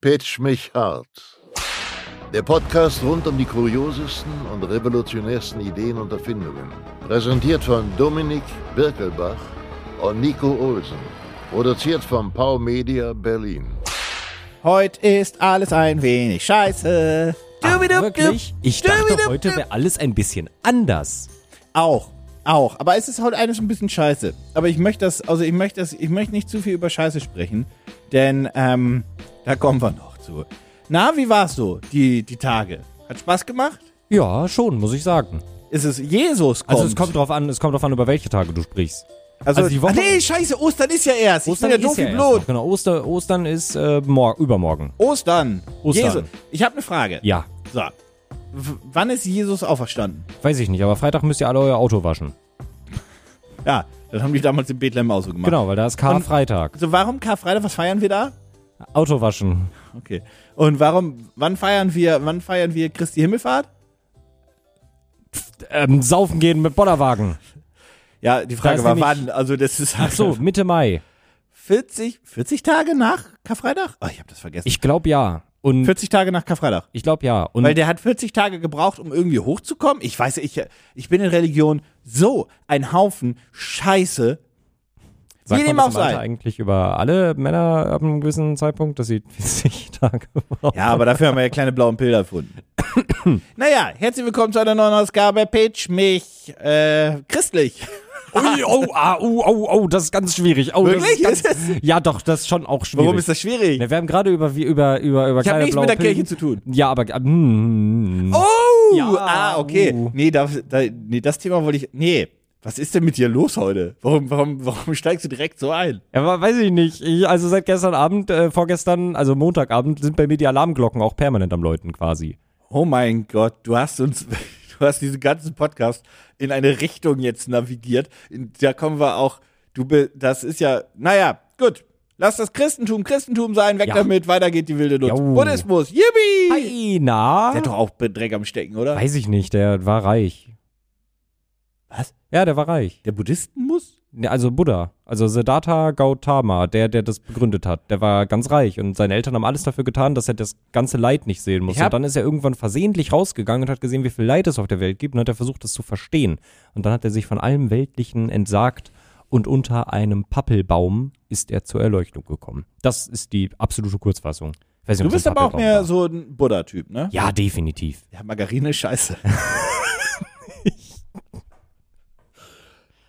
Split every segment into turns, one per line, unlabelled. Pitch mich hart. Der Podcast rund um die kuriosesten und revolutionärsten Ideen und Erfindungen. Präsentiert von Dominik Birkelbach und Nico Olsen. Produziert von Pau Media Berlin.
Heute ist alles ein wenig scheiße.
Ach, wirklich? Ich dachte, heute wäre alles ein bisschen anders.
Auch. Auch. Aber es ist heute eines ein bisschen scheiße. Aber ich möchte das, also ich möchte das, ich möchte nicht zu viel über Scheiße sprechen, denn ähm, da kommen wir noch zu. Na, wie war's so, die, die Tage? Hat Spaß gemacht?
Ja, schon, muss ich sagen.
Ist es Jesus kommt?
Also es kommt drauf an, es kommt drauf an, über welche Tage du sprichst.
Also,
also die Woche-
Ah, nee, scheiße, Ostern ist ja erst. ich bin ja doof wie
erst
Blut.
noch, Genau, Oster, Ostern ist äh, mor übermorgen.
Ostern.
Ostern.
Jesus. Ich habe eine Frage.
Ja,
So. W wann ist Jesus auferstanden?
weiß ich nicht, aber Freitag müsst ihr alle euer Auto waschen.
Ja, das haben die damals in Bethlehem auch so gemacht.
Genau, weil da ist Karfreitag.
So, warum Karfreitag, was feiern wir da?
Auto waschen.
Okay. Und warum, wann feiern wir, wann feiern wir Christi Himmelfahrt?
Ähm, saufen gehen mit Bollerwagen.
Ja, die Frage
ist
war
nämlich-
wann, also das ist
Ach so, Mitte Mai.
40, 40 Tage nach Karfreitag? Oh, ich habe das vergessen.
Ich Mhm. glaube ja. Und
40 Tage nach Karfreitag.
ich glaube ja. Und
Weil der hat 40 Tage gebraucht, um irgendwie hochzukommen. Ich weiß, ich, ich bin in Religion so ein Haufen Scheiße.
sagt
wie dem
man das
auch
im Alter
sei.
eigentlich über alle Männer ab einem gewissen Zeitpunkt, dass sie 40 Tage brauchen.
Ja, aber dafür haben wir ja kleine blauen Bilder gefunden. naja, herzlich willkommen zu einer neuen Ausgabe Pitch mich äh, christlich.
Ui, oh, ah, oh, oh, oh, das ist ganz schwierig. Oh,
Wirklich?
Das ist ganz,
Ist
ja, doch, das ist schon auch schwierig.
Warum ist das schwierig?
Na, wir haben gerade über, wie- über, über, über
Ich habe
kleine
nichts
blaue
mit der
Pillen.
Kirche zu tun.
Ja, aber. ah, mm,
Oh!
Ja.
ah, okay.
Uh.
Nee, da, da, nee, das Thema wollte ich. Nee, was ist denn mit dir los heute? Warum, warum, warum steigst du direkt so ein?
Ja, aber weiß ich nicht. Ich, also seit gestern Abend, äh, vorgestern, also Montagabend, sind bei mir die Alarmglocken auch permanent am Läuten quasi.
Oh mein Gott, du hast uns. Du hast diesen ganzen Podcast in eine Richtung jetzt navigiert. In- Da kommen wir auch. Du, be- das ist ja. Naja, gut. Lass das Christentum Christentum sein. Weg
Ja.
damit. Weiter geht die wilde Lust.
Jau.
Buddhismus. Yippie!
Hi, na?
Der hat doch auch Dreck am Stecken, oder?
Weiß ich nicht, der war reich.
Was?
Ja, der war reich.
Der Buddhistenmus?
Ne, Also Buddha, also Siddhartha Gautama, der, der das begründet hat, der war ganz reich und seine Eltern haben alles dafür getan, dass er das ganze Leid nicht sehen muss.
Ich hab-
Und dann ist er irgendwann versehentlich rausgegangen und hat gesehen, wie viel Leid es auf der Welt gibt und hat er versucht, das zu verstehen. Und dann hat er sich von allem Weltlichen entsagt und unter einem Pappelbaum ist er zur Erleuchtung gekommen. Das ist die absolute Kurzfassung. Ich weiß nicht,
Du
ob es
bist
ein
aber auch
Pappelbaum
mehr
war.
so ein Buddha-Typ, ne?
Ja, definitiv.
Ja, Margarine ist scheiße.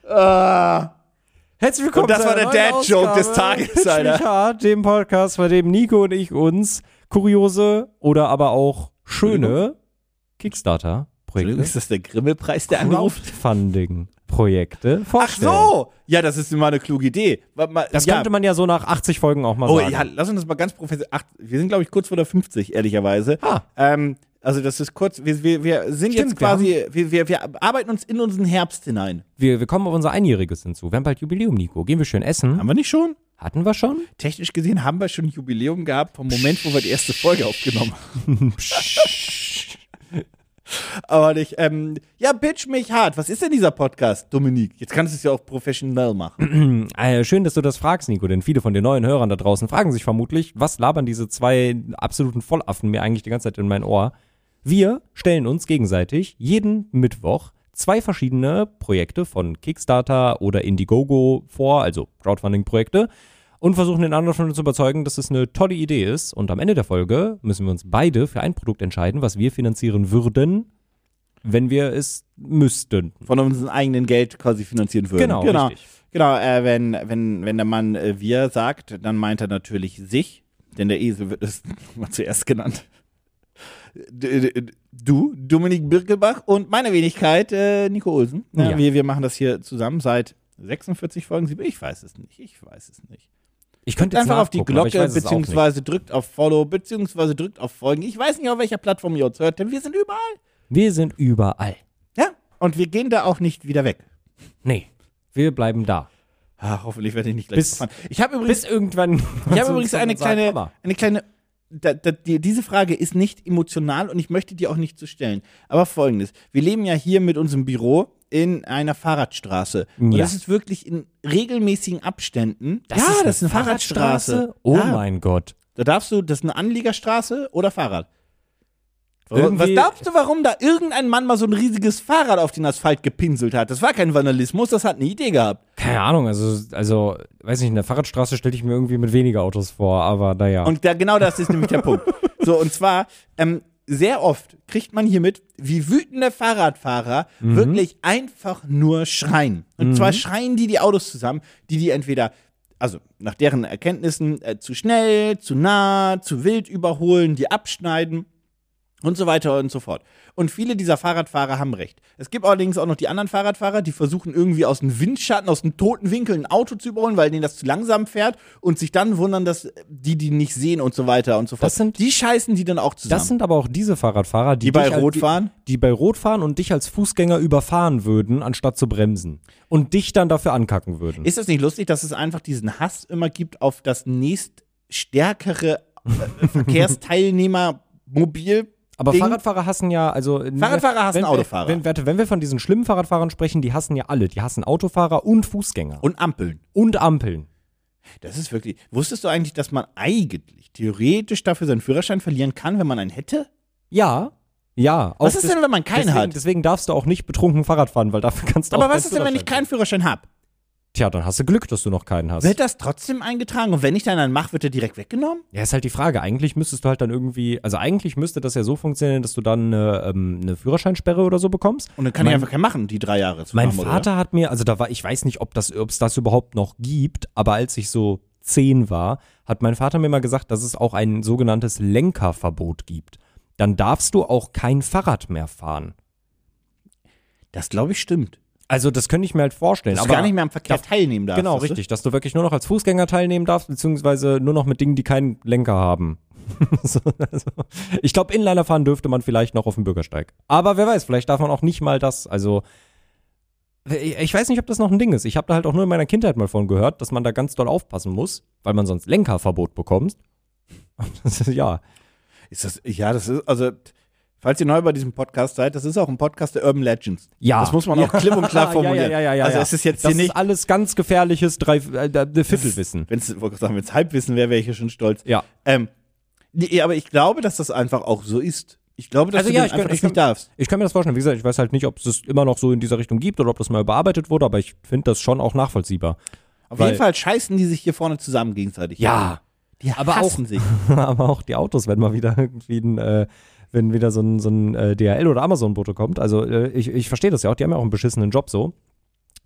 Ah.
Herzlich willkommen.
Und das
zu
war
einer
der
neuen
Dad-Joke des
Ausgabe
Tages,
Pitch
Alter.
Mich hart, dem Podcast, bei dem Nico und ich uns kuriose oder aber auch schöne
Entschuldigung,
Kickstarter-Projekte,
ist das der Grimme-Preis, der angerufen
Crowdfunding-Projekte
Ach
vorstellen.
so! Ja, das ist immer eine kluge Idee. Warte mal,
Das
ja.
könnte man ja so nach 80 Folgen auch mal
Oh
sagen.
ja, lass uns das mal ganz professionell. Ach, wir sind, glaube ich, kurz vor der 50, ehrlicherweise.
Ah.
Ähm, also, das ist kurz. Wir, wir, wir sind
Stimmt,
jetzt quasi. Wir, wir, wir arbeiten uns in unseren Herbst hinein.
Wir, wir kommen auf unser Einjähriges hinzu. Wir haben bald Jubiläum, Nico. Gehen wir schön essen.
Haben wir nicht schon?
Hatten wir schon?
Technisch gesehen haben wir schon ein Jubiläum gehabt vom Moment, wo wir die erste Folge aufgenommen haben. Aber nicht, ähm, ja, pitch mich hart. Was ist denn dieser Podcast, Dominik? Jetzt kannst du es ja auch professionell machen.
Äh, schön, dass du das fragst, Nico, denn viele von den neuen Hörern da draußen fragen sich vermutlich, was labern diese zwei absoluten Vollaffen mir eigentlich die ganze Zeit in mein Ohr? Wir stellen uns gegenseitig jeden Mittwoch zwei verschiedene Projekte von Kickstarter oder Indiegogo vor, also Crowdfunding-Projekte, und versuchen den anderen von uns zu überzeugen, dass es eine tolle Idee ist. Und am Ende der Folge müssen wir uns beide für ein Produkt entscheiden, was wir finanzieren würden, wenn wir es müssten.
Von unserem eigenen Geld quasi finanzieren würden.
Genau,
genau.
richtig.
Genau, äh, wenn, wenn, wenn der Mann äh, wir sagt, dann meint er natürlich sich, denn der Esel wird es mal zuerst genannt. D- d- Du, Dominik Birkelbach und meine Wenigkeit, äh, Nico Olsen. Ja,
Ja.
Wir, wir machen das hier zusammen seit 46 Folgen. sieben- Ich weiß es nicht, ich weiß es nicht.
Ich könnte jetzt
Einfach auf die
nachgucken, aber ich
Glocke,
weiß es auch nicht.
beziehungsweise drückt auf Follow, beziehungsweise drückt auf Folgen. Ich weiß nicht, auf welcher Plattform ihr uns hört, denn wir sind überall.
Wir sind überall.
Ja, und wir gehen da auch nicht wieder weg.
Nee, wir bleiben da.
Ah, hoffentlich werde ich nicht gleich
Bis-
gefahren. Ich habe übrigens
Bis irgendwann.
Ich habe übrigens eine kleine, eine kleine, da, da, die, diese Frage ist nicht emotional und ich möchte die auch nicht zu so stellen. Aber folgendes, wir leben ja hier mit unserem Büro in einer Fahrradstraße. Und
Ja.
das ist wirklich in regelmäßigen Abständen. ja, das ist eine Fahrradstraße.
Oh
ja,
mein Gott.
Da darfst du, das ist eine Anliegerstraße oder Fahrrad. Warum, was
Irgendwie-
glaubst du, warum da irgendein Mann mal so ein riesiges Fahrrad auf den Asphalt gepinselt hat? Das war kein Vandalismus, das hat eine Idee gehabt.
Keine Ahnung, also, also, weiß nicht, in der Fahrradstraße stelle ich mir irgendwie mit weniger Autos vor, aber naja.
Und da, genau das ist nämlich der Punkt. So, und zwar, ähm, sehr oft kriegt man hier mit, wie wütende Fahrradfahrer wirklich einfach nur schreien. Und zwar schreien die die Autos zusammen, die die entweder, also nach deren Erkenntnissen, äh, zu schnell, zu nah, zu wild überholen, die abschneiden und so weiter und so fort. Und viele dieser Fahrradfahrer haben recht. Es gibt allerdings auch noch die anderen Fahrradfahrer, die versuchen irgendwie aus dem Windschatten, aus dem toten Winkel ein Auto zu überholen, weil denen das zu langsam fährt und sich dann wundern, dass äh, die die nicht sehen und so weiter und so fort.
Das sind-
die scheißen die dann auch zusammen.
das sind aber auch diese Fahrradfahrer, die,
Die bei
dich als-
Rot fahren?
Die, die bei Rot fahren und dich als Fußgänger überfahren würden, anstatt zu bremsen. Und dich dann dafür ankacken würden.
Ist das nicht lustig, dass es einfach diesen Hass immer gibt auf das nächststärkere äh, Verkehrsteilnehmermobil?
Aber
Ding?
Fahrradfahrer hassen ja, also äh,
Fahrradfahrer hassen
wenn,
Autofahrer.
Wenn, warte, wenn wir von diesen schlimmen Fahrradfahrern sprechen, die hassen ja alle. Die hassen Autofahrer und Fußgänger
und Ampeln.
und Ampeln.
Das ist wirklich. Wusstest du eigentlich, dass man eigentlich theoretisch dafür seinen Führerschein verlieren kann, wenn man einen hätte?
Ja, ja.
Was
auch
ist
des-
denn, wenn man keinen
deswegen,
hat?
Deswegen darfst du auch nicht betrunken Fahrrad fahren, weil dafür kannst du auch
Aber was
keinen
ist denn, wenn ich
Führerschein
keinen Führerschein habe?
haben. Tja, dann hast du Glück, dass du noch keinen hast.
Wird das trotzdem eingetragen? Und wenn ich dann einen mache, wird der direkt weggenommen?
Ja, ist halt die Frage. Eigentlich müsstest du halt dann irgendwie, also eigentlich müsste das ja so funktionieren, dass du dann äh, ähm, eine Führerscheinsperre oder so bekommst.
Und dann kann
Mein-
ich einfach keinen machen, die drei Jahre zu
Mein
haben, oder?
Vater hat mir, also da war, ich weiß nicht, ob das, ob's das überhaupt noch gibt, aber als ich so zehn war, hat mein Vater mir mal gesagt, dass es auch ein sogenanntes Lenkerverbot gibt. Dann darfst du auch kein Fahrrad mehr fahren.
Das glaube ich stimmt.
Also das könnte ich mir halt vorstellen.
Dass du
aber
gar nicht mehr am Verkehr
darf-
teilnehmen darfst.
Genau,
weißt du?
richtig, dass du wirklich nur noch als Fußgänger teilnehmen darfst, beziehungsweise nur noch mit Dingen, die keinen Lenker haben. so, also, ich glaube, Inliner fahren dürfte man vielleicht noch auf dem Bürgersteig. Aber wer weiß, vielleicht darf man auch nicht mal das. Also, ich ich weiß nicht, ob das noch ein Ding ist. Ich habe da halt auch nur in meiner Kindheit mal von gehört, dass man da ganz doll aufpassen muss, weil man sonst Lenkerverbot bekommt. Und das ist, ja,
Ist das, ja, das ist, also, falls ihr neu bei diesem Podcast seid, das ist auch ein Podcast der Urban Legends.
Ja.
Das muss man auch klipp und klar formulieren.
Ja, ja, ja, ja,
also,
ja.
es ist jetzt
das
hier nicht,
ist alles ganz gefährliches Drei, äh, äh, Viertelwissen.
wenn es Halbwissen wäre, wäre ich hier schon stolz.
Ja.
Ähm, nee, aber ich glaube, dass das einfach auch so ist. Ich glaube, dass
Also
du
ja,
dem
ich
einfach
kann- ich
das nicht
kann-
darfst.
Ich kann mir das vorstellen. Wie gesagt, ich weiß halt nicht, ob es es immer noch so in dieser Richtung gibt oder ob das mal überarbeitet wurde, aber ich finde das schon auch nachvollziehbar.
Auf
Weil-
jeden Fall scheißen die sich hier vorne zusammen gegenseitig. die
aber
hassen
auch-
sich.
aber auch die Autos, wenn mal wieder irgendwie ein, äh, wenn wieder so ein, so ein äh, DHL oder Amazon-Bote kommt. Also äh, ich, ich verstehe das ja auch. Die haben ja auch einen beschissenen Job so.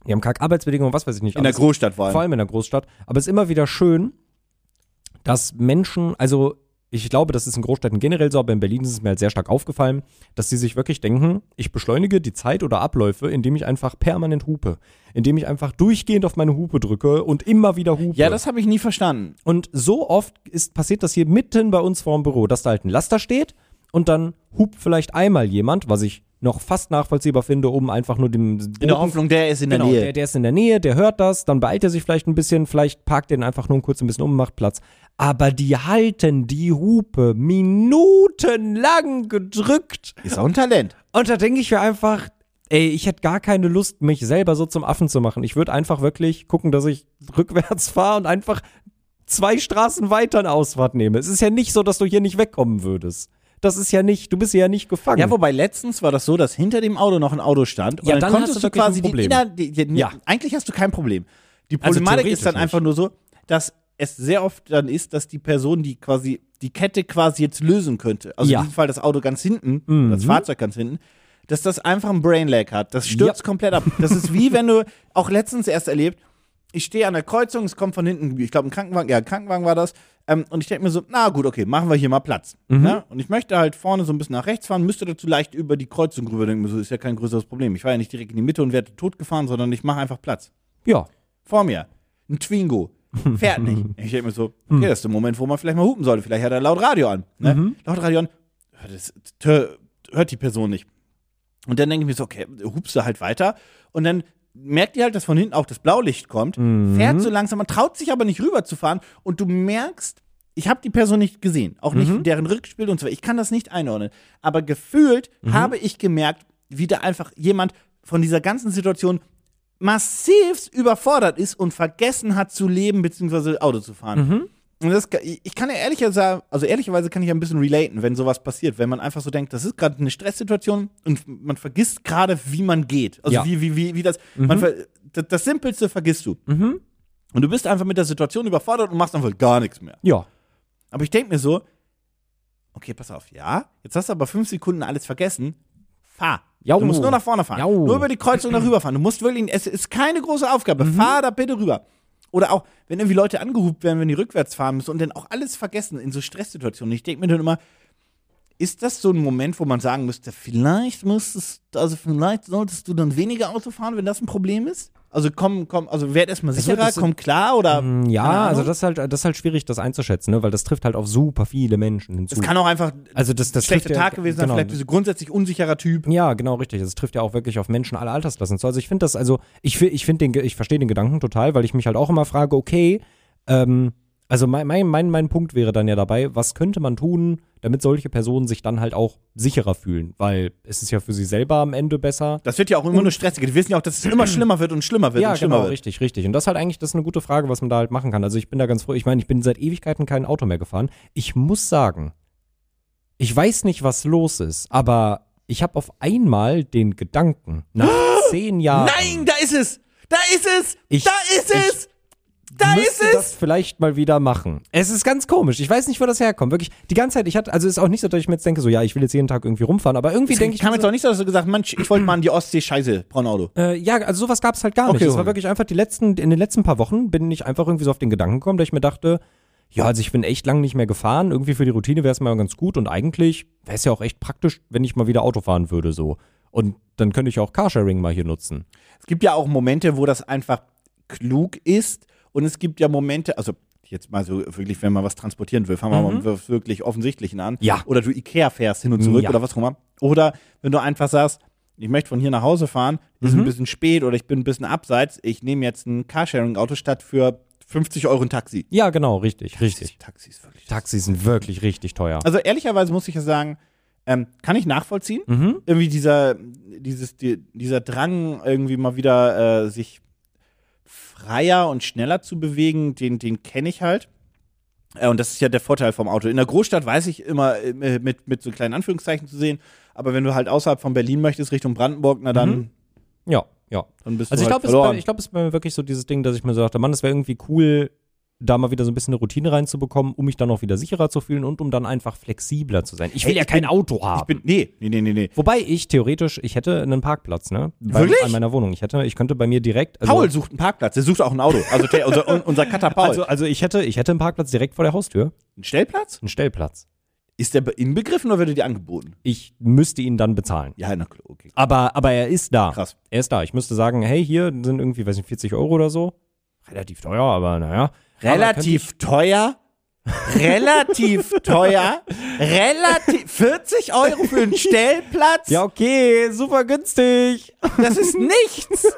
Die haben kack Arbeitsbedingungen, was weiß ich nicht.
In der
alles.
Großstadt vor allem.
Vor allem in der Großstadt. Aber es ist immer wieder schön, dass Menschen, also ich glaube, das ist in Großstädten generell so, aber in Berlin ist es mir halt sehr stark aufgefallen, dass sie sich wirklich denken, ich beschleunige die Zeit oder Abläufe, indem ich einfach permanent hupe. Indem ich einfach durchgehend auf meine Hupe drücke und immer wieder hupe.
Ja, das habe ich nie verstanden.
und so oft ist, passiert das hier mitten bei uns vorm Büro, dass da halt ein Laster steht und dann hupt vielleicht einmal jemand, was ich noch fast nachvollziehbar finde, um einfach nur dem
In der Hoffnung, der ist in der
genau,
Nähe.
Der, der ist in der Nähe, der hört das, dann beeilt er sich vielleicht ein bisschen, vielleicht parkt den einfach nur kurz ein bisschen um, macht Platz. Aber die halten die Hupe minutenlang gedrückt.
ist auch ein Talent.
Und da denke ich mir einfach, ey, ich hätte gar keine Lust, mich selber so zum Affen zu machen. Ich würde einfach wirklich gucken, dass ich rückwärts fahre und einfach zwei Straßen weiter eine Ausfahrt nehme. Es ist ja nicht so, dass du hier nicht wegkommen würdest. Das ist ja nicht, du bist hier ja nicht gefangen.
Ja, wobei letztens war das so, dass hinter dem Auto noch ein Auto stand und
Ja,
dann,
dann
konntest
hast
du
du wirklich
quasi
ein
die,
Problem.
inner- die, die,
Ja.
Eigentlich hast du kein Problem. Die
Also
Problematik ist dann
theoretisch
einfach nur so, dass es sehr oft dann ist, dass die Person, die quasi die Kette quasi jetzt lösen könnte, also
Ja. Mhm.
in diesem Fall das Auto ganz hinten, das Fahrzeug ganz hinten, dass das einfach ein Brainlag hat. Das stürzt
Ja.
komplett ab. Das ist wie wenn du auch letztens erst erlebt, ich stehe an der Kreuzung, es kommt von hinten, ich glaube ein Krankenwagen, ja, ein Krankenwagen war das. Ähm, und ich denke mir so, na gut, okay, machen wir hier mal Platz.
Mhm.
Ne? Und ich möchte halt vorne so ein bisschen nach rechts fahren, müsste dazu leicht über die Kreuzung rüber. Denke mir so, ist ja kein größeres Problem. Ich war ja nicht direkt in die Mitte und werde tot gefahren, sondern ich mache einfach Platz.
ja.
Vor mir, ein Twingo, fährt nicht. Ich denke mir so, okay, das ist der Moment, wo man vielleicht mal hupen sollte. Vielleicht hat er laut Radio an. Ne? Laut Radio an, hört es- tö- hört die Person nicht. Und dann denke ich mir so, okay, hupst du halt weiter. Und dann merkt ihr halt, dass von hinten auch das Blaulicht kommt, fährt so langsam, man traut sich aber nicht rüber zu fahren. Und du merkst, ich habe die Person nicht gesehen, auch nicht deren Rückspiel und so weiter. Ich kann das nicht einordnen. Aber gefühlt habe ich gemerkt, wie da einfach jemand von dieser ganzen Situation massivst überfordert ist und vergessen hat zu leben bzw. Auto zu fahren. Und das, ich kann ja ehrlicherweise, sagen- also ehrlicherweise kann ich ja ein bisschen relaten, wenn sowas passiert, wenn man einfach so denkt, das ist gerade eine Stresssituation und man vergisst gerade, wie man geht. Also
Ja.
wie, wie, wie, wie das, man ver, das, das Simpelste vergisst du. Und du bist einfach mit der Situation überfordert und machst einfach gar nichts mehr.
Ja.
Aber ich denke mir so, okay, pass auf, ja, jetzt hast du aber fünf Sekunden alles vergessen. Fahr.
Jau.
Du musst nur nach vorne fahren.
Jau.
Nur über die Kreuzung nach rüber fahren. Du musst wirklich, es ist keine große Aufgabe.
Mhm.
Fahr da bitte rüber. Oder auch, wenn irgendwie Leute angehubt werden, wenn die rückwärts fahren müssen und dann auch alles vergessen in so Stresssituationen. Ich denke mir dann immer, ist das so ein Moment, wo man sagen müsste, vielleicht müsstest, also vielleicht solltest du dann weniger Auto fahren, wenn das ein Problem ist? Also komm, komm, also werd erstmal
wird-
sicherer,
das-
komm klar oder. keine
Ja,
Ahnung.
also das ist halt, das ist halt schwierig, das einzuschätzen, ne? weil das trifft halt auf super viele Menschen hinzu.
Es kann auch einfach
also das, das
schlechter
trifft ja-
Tag gewesen sein,
genau.
vielleicht bist du grundsätzlich unsicherer Typ.
Ja, genau, richtig. Also, Es trifft ja auch wirklich auf Menschen aller Altersklassen zu. Also ich finde das, also ich, fi- ich finde den, Ge- ich verstehe den Gedanken total, weil ich mich halt auch immer frage, okay, ähm, also mein, mein, mein, mein Punkt wäre dann ja dabei, was könnte man tun, damit solche Personen sich dann halt auch sicherer fühlen? Weil es ist ja für sie selber am Ende besser.
Das wird ja auch immer nur stressig. Wir wissen ja auch, dass es immer schlimmer wird und schlimmer wird
Ja,
und schlimmer
genau,
wird.
richtig, richtig. Und das ist halt eigentlich, das ist eine gute Frage, was man da halt machen kann. Also ich bin da ganz froh. Ich meine, ich bin seit Ewigkeiten kein Auto mehr gefahren. Ich muss sagen, ich weiß nicht, was los ist, aber ich habe auf einmal den Gedanken, nach zehn Jahren.
Nein, da ist es! Da ist es!
Ich-
da ist
ich
es! Da ist
müsste das
es!
vielleicht mal wieder machen. Es ist ganz komisch. Ich weiß nicht, wo das herkommt. Wirklich, die ganze Zeit, ich hatte, also es ist auch nicht so, dass ich mir jetzt denke, so, ja, ich will jetzt jeden Tag irgendwie rumfahren, aber irgendwie denke ich.
kam
mir
jetzt auch nicht so, dass du gesagt hast, Mensch, ich wollte mal an die Ostsee, scheiße, braun Auto.
Äh, ja, also sowas gab es halt gar nicht.
Okay,
Es war
okay.
wirklich einfach die letzten, in den letzten paar Wochen bin ich einfach irgendwie so auf den Gedanken gekommen, dass ich mir dachte, ja, also ich bin echt lang nicht mehr gefahren. Irgendwie für die Routine wäre es mal ganz gut und eigentlich wäre es ja auch echt praktisch, wenn ich mal wieder Auto fahren würde so. Und dann könnte ich auch Carsharing mal hier nutzen.
Es gibt ja auch Momente, wo das einfach klug ist und es gibt ja Momente, also jetzt mal so wirklich, wenn man was transportieren will, fangen wir mal mit was wirklich Offensichtlichen an.
Mhm. Ja.
Oder du Ikea fährst hin und zurück
Ja.
oder was auch immer. Oder wenn du einfach sagst, ich möchte von hier nach Hause fahren, ist
Mhm.
ein bisschen spät oder ich bin ein bisschen abseits, ich nehme jetzt ein Carsharing-Auto statt für 50 Euro ein Taxi.
Ja, genau, richtig, richtig.
Taxi ist wirklich.
Taxis sind wirklich richtig teuer.
Also ehrlicherweise muss ich ja sagen, ähm, kann ich nachvollziehen.
Mhm.
Irgendwie dieser, dieses, die, dieser Drang, irgendwie mal wieder äh, sich freier und schneller zu bewegen, den, den kenne ich halt. Äh, und das ist ja der Vorteil vom Auto. In der Großstadt weiß ich immer äh, mit, mit so kleinen Anführungszeichen zu sehen, aber wenn du halt außerhalb von Berlin möchtest, Richtung Brandenburg, na dann,
Ja, ja.
dann bist
Mhm. Also ich
du halt
glaube, es,
verloren.
war- ich glaub, es war mir wirklich so dieses Ding, dass ich mir so dachte, Mann, das wäre irgendwie cool, da mal wieder so ein bisschen eine Routine reinzubekommen, um mich dann auch wieder sicherer zu fühlen und um dann einfach flexibler zu sein. Ich will
Ey,
ja
ich
kein Auto haben.
ich bin, nee, nee, nee, nee, nee.
Wobei ich theoretisch, ich hätte einen Parkplatz, ne? Bei,
Wirklich?
An meiner Wohnung. Ich hätte, ich könnte bei mir direkt. Also,
Paul sucht einen Parkplatz, der sucht auch ein Auto. Also der, unser, unser Cutter Paul.
Also, also ich hätte, ich hätte einen Parkplatz direkt vor der Haustür,
ein Stellplatz?
einen Stellplatz.
Ist der inbegriffen oder wird er dir angeboten?
Ich müsste ihn dann bezahlen.
Ja, na klar, okay.
Aber, Ah. aber er ist da.
Krass.
Er ist da. Ich müsste sagen, hey, hier sind irgendwie, weiß nicht, 40 Euro oder so. Relativ teuer, aber naja.
Relativ teuer. Relativ teuer. Relativ 40 Euro für einen Stellplatz.
Ja, okay, super günstig.
Das ist nichts.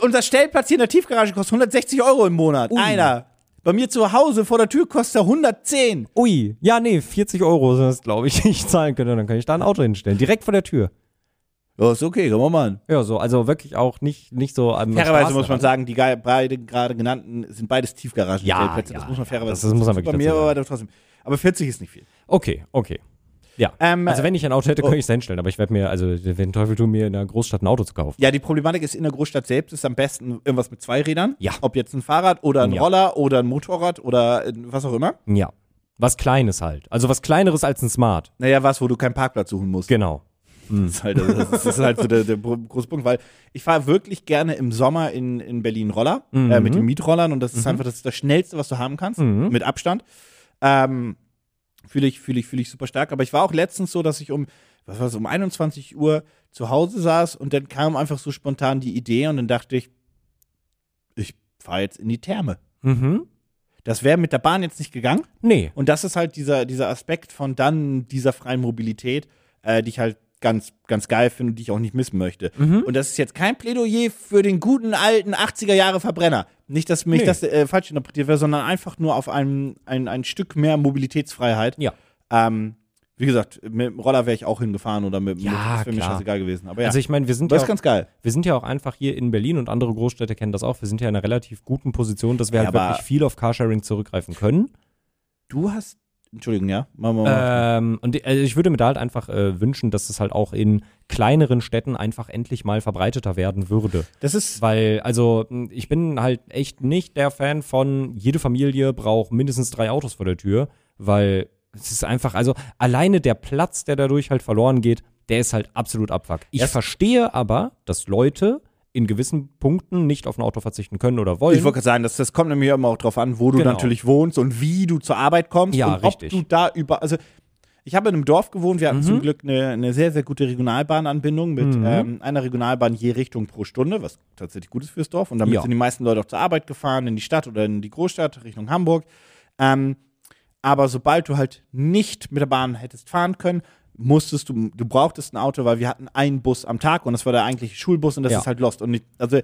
Unser Stellplatz hier in der Tiefgarage kostet 160 Euro im Monat.
Ui.
Einer. Bei mir zu Hause vor der Tür kostet er 110.
Ui, ja, nee, 40 Euro sind das, glaube ich, die ich zahlen könnte. Dann kann ich da ein Auto hinstellen. Direkt vor der Tür.
Ja, ist okay, komm mal an.
Ja, so, also wirklich auch nicht, nicht so am
Fairerweise
Straßen-
muss man sagen, die ge- beide gerade genannten sind beides Tiefgaragen-Stellplätze.
Ja,
das
ja,
muss man
ja,
fairerweise
das muss man wirklich
Bei mir
dazu sagen.
aber trotzdem. Aber 40 ist nicht viel.
Okay, okay. Ja.
Ähm,
also wenn ich ein Auto hätte,
oh.
könnte ich es hinstellen, aber ich werde mir, also den Teufel tun, mir in einer Großstadt ein Auto zu kaufen.
Ja, die Problematik ist, in der Großstadt selbst ist am besten irgendwas mit zwei Rädern.
Ja.
Ob jetzt ein Fahrrad oder ein
Ja.
Roller oder ein Motorrad oder ein was auch immer.
Ja. Was Kleines halt. Also was Kleineres als ein Smart.
Naja, was, wo du keinen Parkplatz suchen musst.
Genau.
Das, ist halt, das, ist, das ist halt so der, der gro- große Punkt, weil ich fahre wirklich gerne im Sommer in, in Berlin Roller äh, mit den Mietrollern und das ist einfach das, das Schnellste, was du haben kannst, mit Abstand. Ähm, fühle ich, fühle ich, fühle ich super stark. Aber ich war auch letztens so, dass ich um, was war's, um 21 Uhr zu Hause saß und dann kam einfach so spontan die Idee und dann dachte ich, ich fahre jetzt in die Therme.
Mhm.
Das wäre mit der Bahn jetzt nicht gegangen.
Nee.
Und das ist halt dieser, dieser Aspekt von dann dieser freien Mobilität, äh, die ich halt ganz, ganz geil finde und die ich auch nicht missen möchte.
Mhm.
Und das ist jetzt kein Plädoyer für den guten alten 80er Jahre Verbrenner. Nicht, dass mich
Nee.
das äh, falsch interpretiert wäre, sondern einfach nur auf einem, ein, ein Stück mehr Mobilitätsfreiheit.
Ja.
Ähm, Wie gesagt, mit dem Roller wäre ich auch hingefahren oder mit dem
Ja,
Motorrad, ist für mich
klar.
scheißegal gewesen. Aber ja,
Also ich meine, wir sind
das
ja
ist
auch,
ganz geil.
wir sind ja auch einfach hier in Berlin und andere Großstädte kennen das auch. Wir sind ja in einer relativ guten Position, dass wir
Ja,
halt
aber-
wirklich viel auf Carsharing zurückgreifen können.
Du hast, Entschuldigung, ja, machen wir mal.
Ähm, und die- also ich würde mir da halt einfach äh, wünschen, dass es halt auch in kleineren Städten einfach endlich mal verbreiteter werden würde.
das ist,
Weil, also, mh, ich bin halt echt nicht der Fan von, jede Familie braucht mindestens drei Autos vor der Tür, weil es ist einfach, also alleine der Platz, der dadurch halt verloren geht, der ist halt absolut abfuck. Ich
Erst-
verstehe aber, dass Leute in gewissen Punkten nicht auf ein Auto verzichten können oder wollen.
ich wollte gerade sagen, das, das kommt nämlich immer auch drauf an, wo du
Genau.
natürlich wohnst und wie du zur Arbeit kommst
Ja,
und
richtig. Mhm.
ob du da über, also ich habe in einem Dorf gewohnt, wir hatten zum Glück eine, eine sehr, sehr gute Regionalbahnanbindung mit ähm, einer Regionalbahn je Richtung pro Stunde, was tatsächlich gut ist fürs Dorf. Und damit
Ja.
sind die meisten Leute auch zur Arbeit gefahren, in die Stadt oder in die Großstadt, Richtung Hamburg. Ähm, aber sobald du halt nicht mit der Bahn hättest fahren können, musstest du, du brauchtest ein Auto, weil wir hatten einen Bus am Tag und das war der eigentliche Schulbus und das
Ja.
ist halt lost. Und ich, also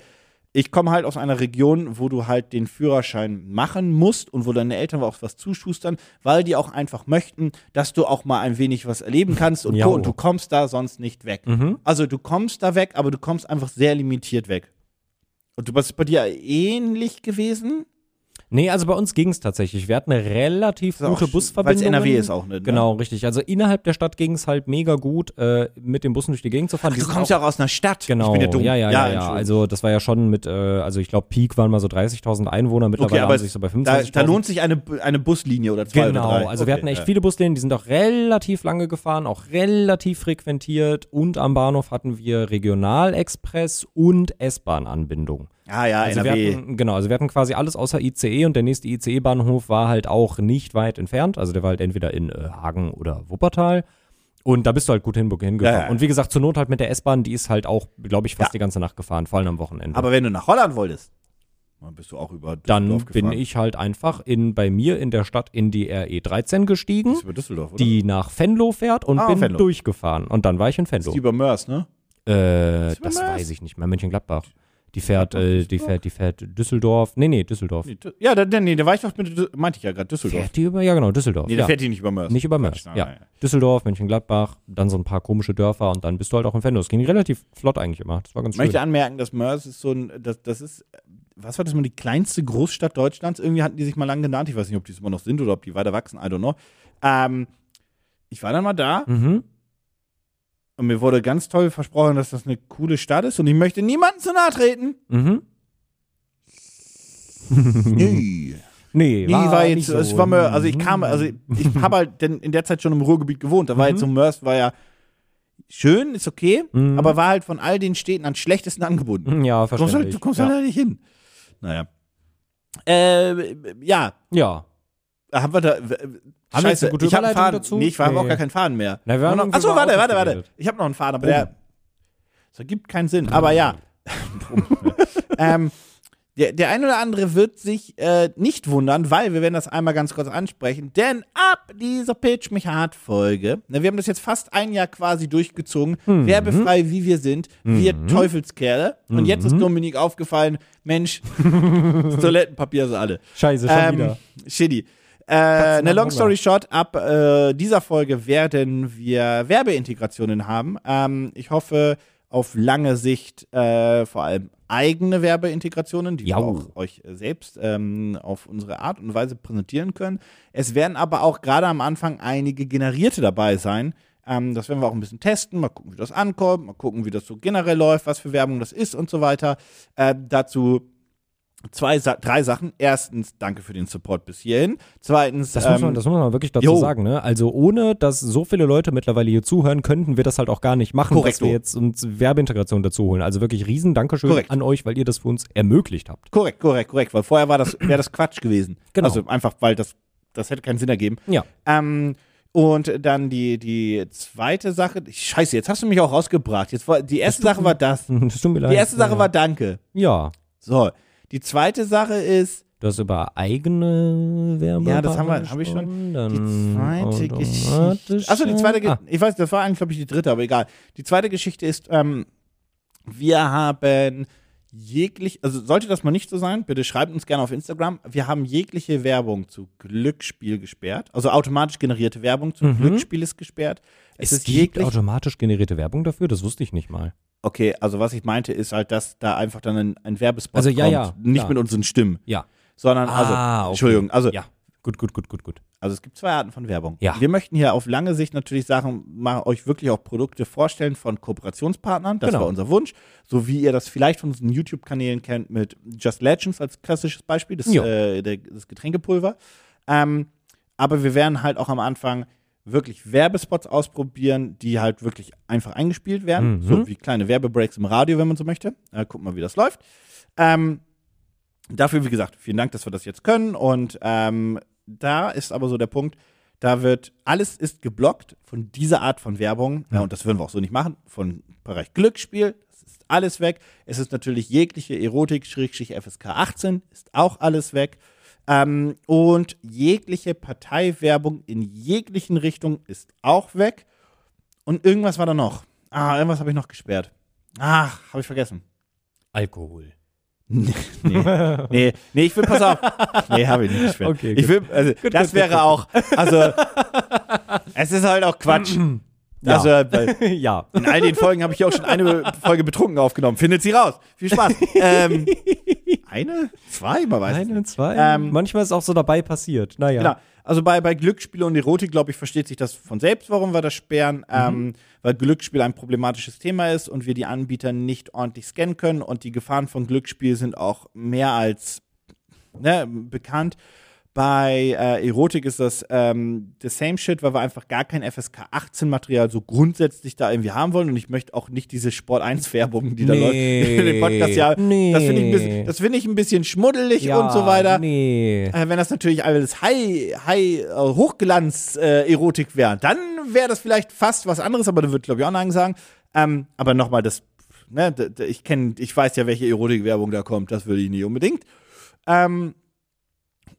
ich komme halt aus einer Region, wo du halt den Führerschein machen musst und wo deine Eltern auch was zuschustern, weil die auch einfach möchten, dass du auch mal ein wenig was erleben kannst und,
Ja. Mhm.
Co. und du kommst da sonst nicht weg. Also du kommst da weg, aber du kommst einfach sehr limitiert weg. Und du bist bei dir ähnlich gewesen?
Nee, also bei uns ging es tatsächlich. Wir hatten eine relativ
Ist auch
gute
sch-
Busverbindung.
weil's NRW ist auch, ne?
Genau, richtig. Also innerhalb der Stadt ging es halt mega gut, äh, mit den Bussen durch die Gegend zu fahren. Die
Du
sind
kommst ja auch aus einer Stadt.
Genau,
Ich bin ja dumm.
ja, ja, ja, ja,
Entschuldigung.
Also das war ja schon mit, äh, also ich glaube, Peak waren mal so 30.000 Einwohner, mittlerweile
Okay, aber
haben sich so bei 25.000.
da, da lohnt sich eine, eine Buslinie oder zwei
Genau,
oder drei.
also
okay.
wir hatten echt viele Buslinien, die sind auch relativ lange gefahren, auch relativ frequentiert und am Bahnhof hatten wir Regionalexpress und S-Bahn-Anbindung.
Ah ja,
Also wir
NRW.
hatten, genau, also wir hatten quasi alles außer ICE und der nächste ICE-Bahnhof war halt auch nicht weit entfernt. Also der war halt entweder in äh, Hagen oder Wuppertal. Und da bist du halt gut hin, hingekommen.
Ja, ja, ja.
Und wie gesagt, zur Not halt mit der S-Bahn, die ist halt auch, glaube ich, fast
Ja.
die ganze Nacht gefahren, vor allem am Wochenende.
Aber wenn du nach Holland wolltest, dann bist du auch über
dann
Düsseldorf
bin
gefahren.
ich halt einfach in, bei mir in der Stadt in die RE13
Die
gestiegen,
Ist über Düsseldorf, oder?
die nach Venlo fährt und
Ah,
bin
Venlo.
durchgefahren. Und dann war ich in
ist
Venlo.
die über Mörs, ne?
Äh,
Ist
das
Münster?
weiß ich nicht mehr. Mönchengladbach. Die fährt, äh, die fährt, die fährt Düsseldorf. Nee, nee, Düsseldorf.
Nee, Dü- Ja, da, da- nee, da war ich doch mit, Dü- meinte ich ja gerade, Düsseldorf.
Fährt die über, ja genau, Düsseldorf.
Nee, da
ja.
fährt die nicht über Mörs.
Nicht über
Quatsch,
Mörs,
nein,
ja.
nein, nein.
Düsseldorf, Mönchengladbach, dann so ein paar komische Dörfer und dann bist du halt auch in Venlo. Es ging relativ flott eigentlich immer. Das war
Ich
ganz schön.
möchte anmerken, dass Mörs ist so ein, das, das ist, äh, was war das mal, die kleinste Großstadt Deutschlands? Irgendwie hatten die sich mal lang genannt. Ich weiß nicht, ob die es immer noch sind oder ob die weiter wachsen, I don't know. Ähm, ich war dann mal da
mhm.
und mir wurde ganz toll versprochen, dass das eine coole Stadt ist und ich möchte niemanden zu nahe treten.
Mhm.
Nee.
Nee,
Nee, war, jetzt,
nicht so. ne?
es war mir, also ich kam, also ich, ich habe halt denn in der Zeit schon im Ruhrgebiet gewohnt. Da war jetzt so Mörs, war ja schön, ist okay,
Mhm.
aber war halt von all den Städten an schlechtesten angebunden.
Ja,
Du kommst halt,
verständlich.
du kommst
ja.
halt da nicht hin. Naja. Äh, ja,
ja.
haben wir da. w-
eine
Scheiße,
gute
ich hab einen
Überleitung
Faden.
dazu?
Nee, ich habe
Nee.
auch gar keinen Faden mehr.
Na, wir
Nur
haben
noch,
irgendwie
achso,
über
warte,
Autos
warte, warte.
geredet.
Ich habe noch einen Faden, aber der. Das ergibt keinen Sinn. Aber ja. ähm, der, der ein oder andere wird sich äh, nicht wundern, weil wir werden das einmal ganz kurz ansprechen. Denn ab dieser Pitch mich hart Folge, ne, wir haben das jetzt fast ein Jahr quasi durchgezogen,
Mhm.
werbefrei wie wir sind, wir Teufelskerle. Und jetzt
Mhm.
ist Dominik aufgefallen, Mensch, das Toilettenpapier ist alle.
Scheiße, schon
Ähm,
wieder.
shitty. Äh, ne,
nach
long
Hunger.
story short, ab äh, dieser Folge werden wir Werbeintegrationen haben. Ähm, ich hoffe auf lange Sicht äh, vor allem eigene Werbeintegrationen, die
Jau.
wir auch euch selbst ähm, auf unsere Art und Weise präsentieren können. Es werden aber auch gerade am Anfang einige generierte dabei sein. Ähm, das werden wir auch ein bisschen testen, mal gucken, wie das ankommt, mal gucken, wie das so generell läuft, was für Werbung das ist und so weiter. Äh, dazu zwei, Sa drei Sachen. Erstens, danke für den Support bis hierhin. Zweitens,
Das, muss man, das muss man wirklich dazu
ähm, jo.
sagen, ne? Also ohne, dass so viele Leute mittlerweile hier zuhören, könnten wir das halt auch gar nicht machen,
Korrekto.
dass wir jetzt uns Werbeintegration dazu holen. Also wirklich riesen Dankeschön
Korrekt.
an euch, weil ihr das für uns ermöglicht habt.
korrekt, korrekt, korrekt, weil vorher war das, wäre das Quatsch gewesen.
Genau.
Also einfach, weil das, das hätte keinen Sinn ergeben.
Ja.
Ähm, und dann die, die zweite Sache, scheiße, jetzt hast du mich auch rausgebracht. Jetzt war, die erste Sache war das.
Das tut mir leid.
Die erste Sache war Danke.
Ja.
So, die zweite Sache ist,
Du hast über eigene Werbung.
Ja, das haben wir- hab ich schon. Die zweite Geschichte. Achso, die zweite Ge
Ah,
Ich weiß, das war eigentlich, glaube ich, die dritte, aber egal. Die zweite Geschichte ist, ähm, wir haben jeglich, also sollte das mal nicht so sein, bitte schreibt uns gerne auf Instagram. Wir haben jegliche Werbung zu Glücksspiel gesperrt. Also automatisch generierte Werbung zu Glücksspiel ist gesperrt. Es, ist
Mhm. gibt
jeglich.
automatisch generierte Werbung dafür? Das wusste ich nicht mal.
Okay, also was ich meinte, ist halt, dass da einfach dann ein, ein Werbespot
Also ja,
kommt.
ja,
Nicht
klar.
mit unseren Stimmen,
Ja.
sondern also,
Ah, okay.
Entschuldigung, also
Ja. Gut, gut, gut, gut, gut.
Also es gibt zwei Arten von Werbung.
Ja.
Wir möchten hier auf lange Sicht natürlich Sachen, machen, euch wirklich auch Produkte vorstellen von Kooperationspartnern. Das
Genau.
war unser Wunsch. So wie ihr das vielleicht von unseren YouTube-Kanälen kennt mit Just Legends als klassisches Beispiel, das,
Jo.
äh, der, das Getränkepulver. Ähm, aber wir werden halt auch am Anfang wirklich Werbespots ausprobieren, die halt wirklich einfach eingespielt werden.
Mhm.
So wie kleine Werbebreaks im Radio, wenn man so möchte. Äh, gucken wir, wie das läuft. Ähm, dafür, wie gesagt, vielen Dank, dass wir das jetzt können. Und ähm, da ist aber so der Punkt, da wird alles ist geblockt von dieser Art von Werbung. Ja, und das würden wir auch so nicht machen. Von Bereich Glücksspiel, das ist alles weg. Es ist natürlich jegliche Erotik, Schrägstrich FSK 18, ist auch alles weg. Ähm, und jegliche Parteiwerbung in jeglichen Richtungen ist auch weg. Und irgendwas war da noch. Ah, irgendwas habe ich noch gesperrt. Ach, habe ich vergessen.
Alkohol.
Nee, nee, nee, nee, ich will, pass auf. Nee, habe ich nicht gesperrt.
Okay,
ich will, also, das
gut,
wäre auch, also, es ist halt auch Quatsch.
Ja.
Also, bei,
ja.
in all den Folgen habe ich ja auch schon eine Folge betrunken aufgenommen. Findet sie raus. Viel Spaß. ähm, eine? Zwei? Man weiß es
Eine
nicht.
und zwei.
Ähm,
Manchmal ist auch so dabei passiert. Naja.
Genau. Also bei, bei Glücksspiel und Erotik, glaube ich, versteht sich das von selbst, warum wir das sperren,
Mhm.
ähm, weil Glücksspiel ein problematisches Thema ist und wir die Anbieter nicht ordentlich scannen können und die Gefahren von Glücksspiel sind auch mehr als ne, bekannt. Bei äh, Erotik ist das ähm, the same shit, weil wir einfach gar kein FSK 18 Material so grundsätzlich da irgendwie haben wollen und ich möchte auch nicht diese Sport 1 Werbung, die da
Nee.
läuft in dem Podcast. Ja, das finde ich, ein bisschen-
Nee.
das finde ich ein bisschen schmuddelig
Ja,
und so weiter.
Nee.
Äh, wenn das natürlich alles High, High äh, Hochglanz-Erotik wäre, dann wäre das vielleicht fast was anderes, aber dann wird, glaube ich, auch Nein sagen. Ähm, aber nochmal, das, ne, d- d- ich kenne, ich weiß ja, welche Erotikwerbung da kommt, das würde ich nicht unbedingt. Ähm,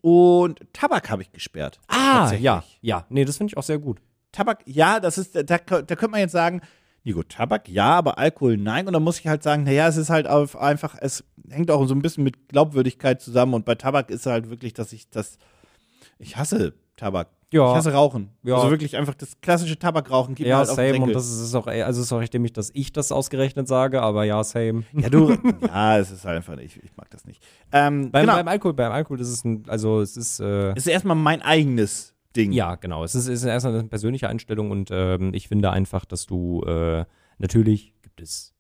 und Tabak habe ich gesperrt.
Ah,
Tatsächlich.
ja. Ja. Nee, das finde ich auch sehr gut.
Tabak, ja, das ist, da, da könnte man jetzt sagen, Nico, Tabak, ja, aber Alkohol, nein. Und dann muss ich halt sagen, naja, es ist halt auf einfach, es hängt auch so ein bisschen mit Glaubwürdigkeit zusammen. Und bei Tabak ist halt wirklich, dass ich das, ich hasse Tabak.
Ja.
Ich hasse Rauchen.
Ja.
Also wirklich einfach das klassische Tabakrauchen gibt mir
Ja,
halt auf den
same. Und
Senkel.
das ist, ist auch, also es ist auch recht dämlich, dass ich das ausgerechnet sage, aber ja, same.
Ja, du, ja, es ist halt einfach, ich, ich mag das nicht. Ähm,
Beim,
genau,
beim Alkohol, beim Alkohol ist es ein, also es ist, äh,
es ist erstmal mein eigenes Ding.
ja, genau. Es ist, ist erstmal eine persönliche Einstellung und ähm, ich finde einfach, dass du, äh, natürlich gibt es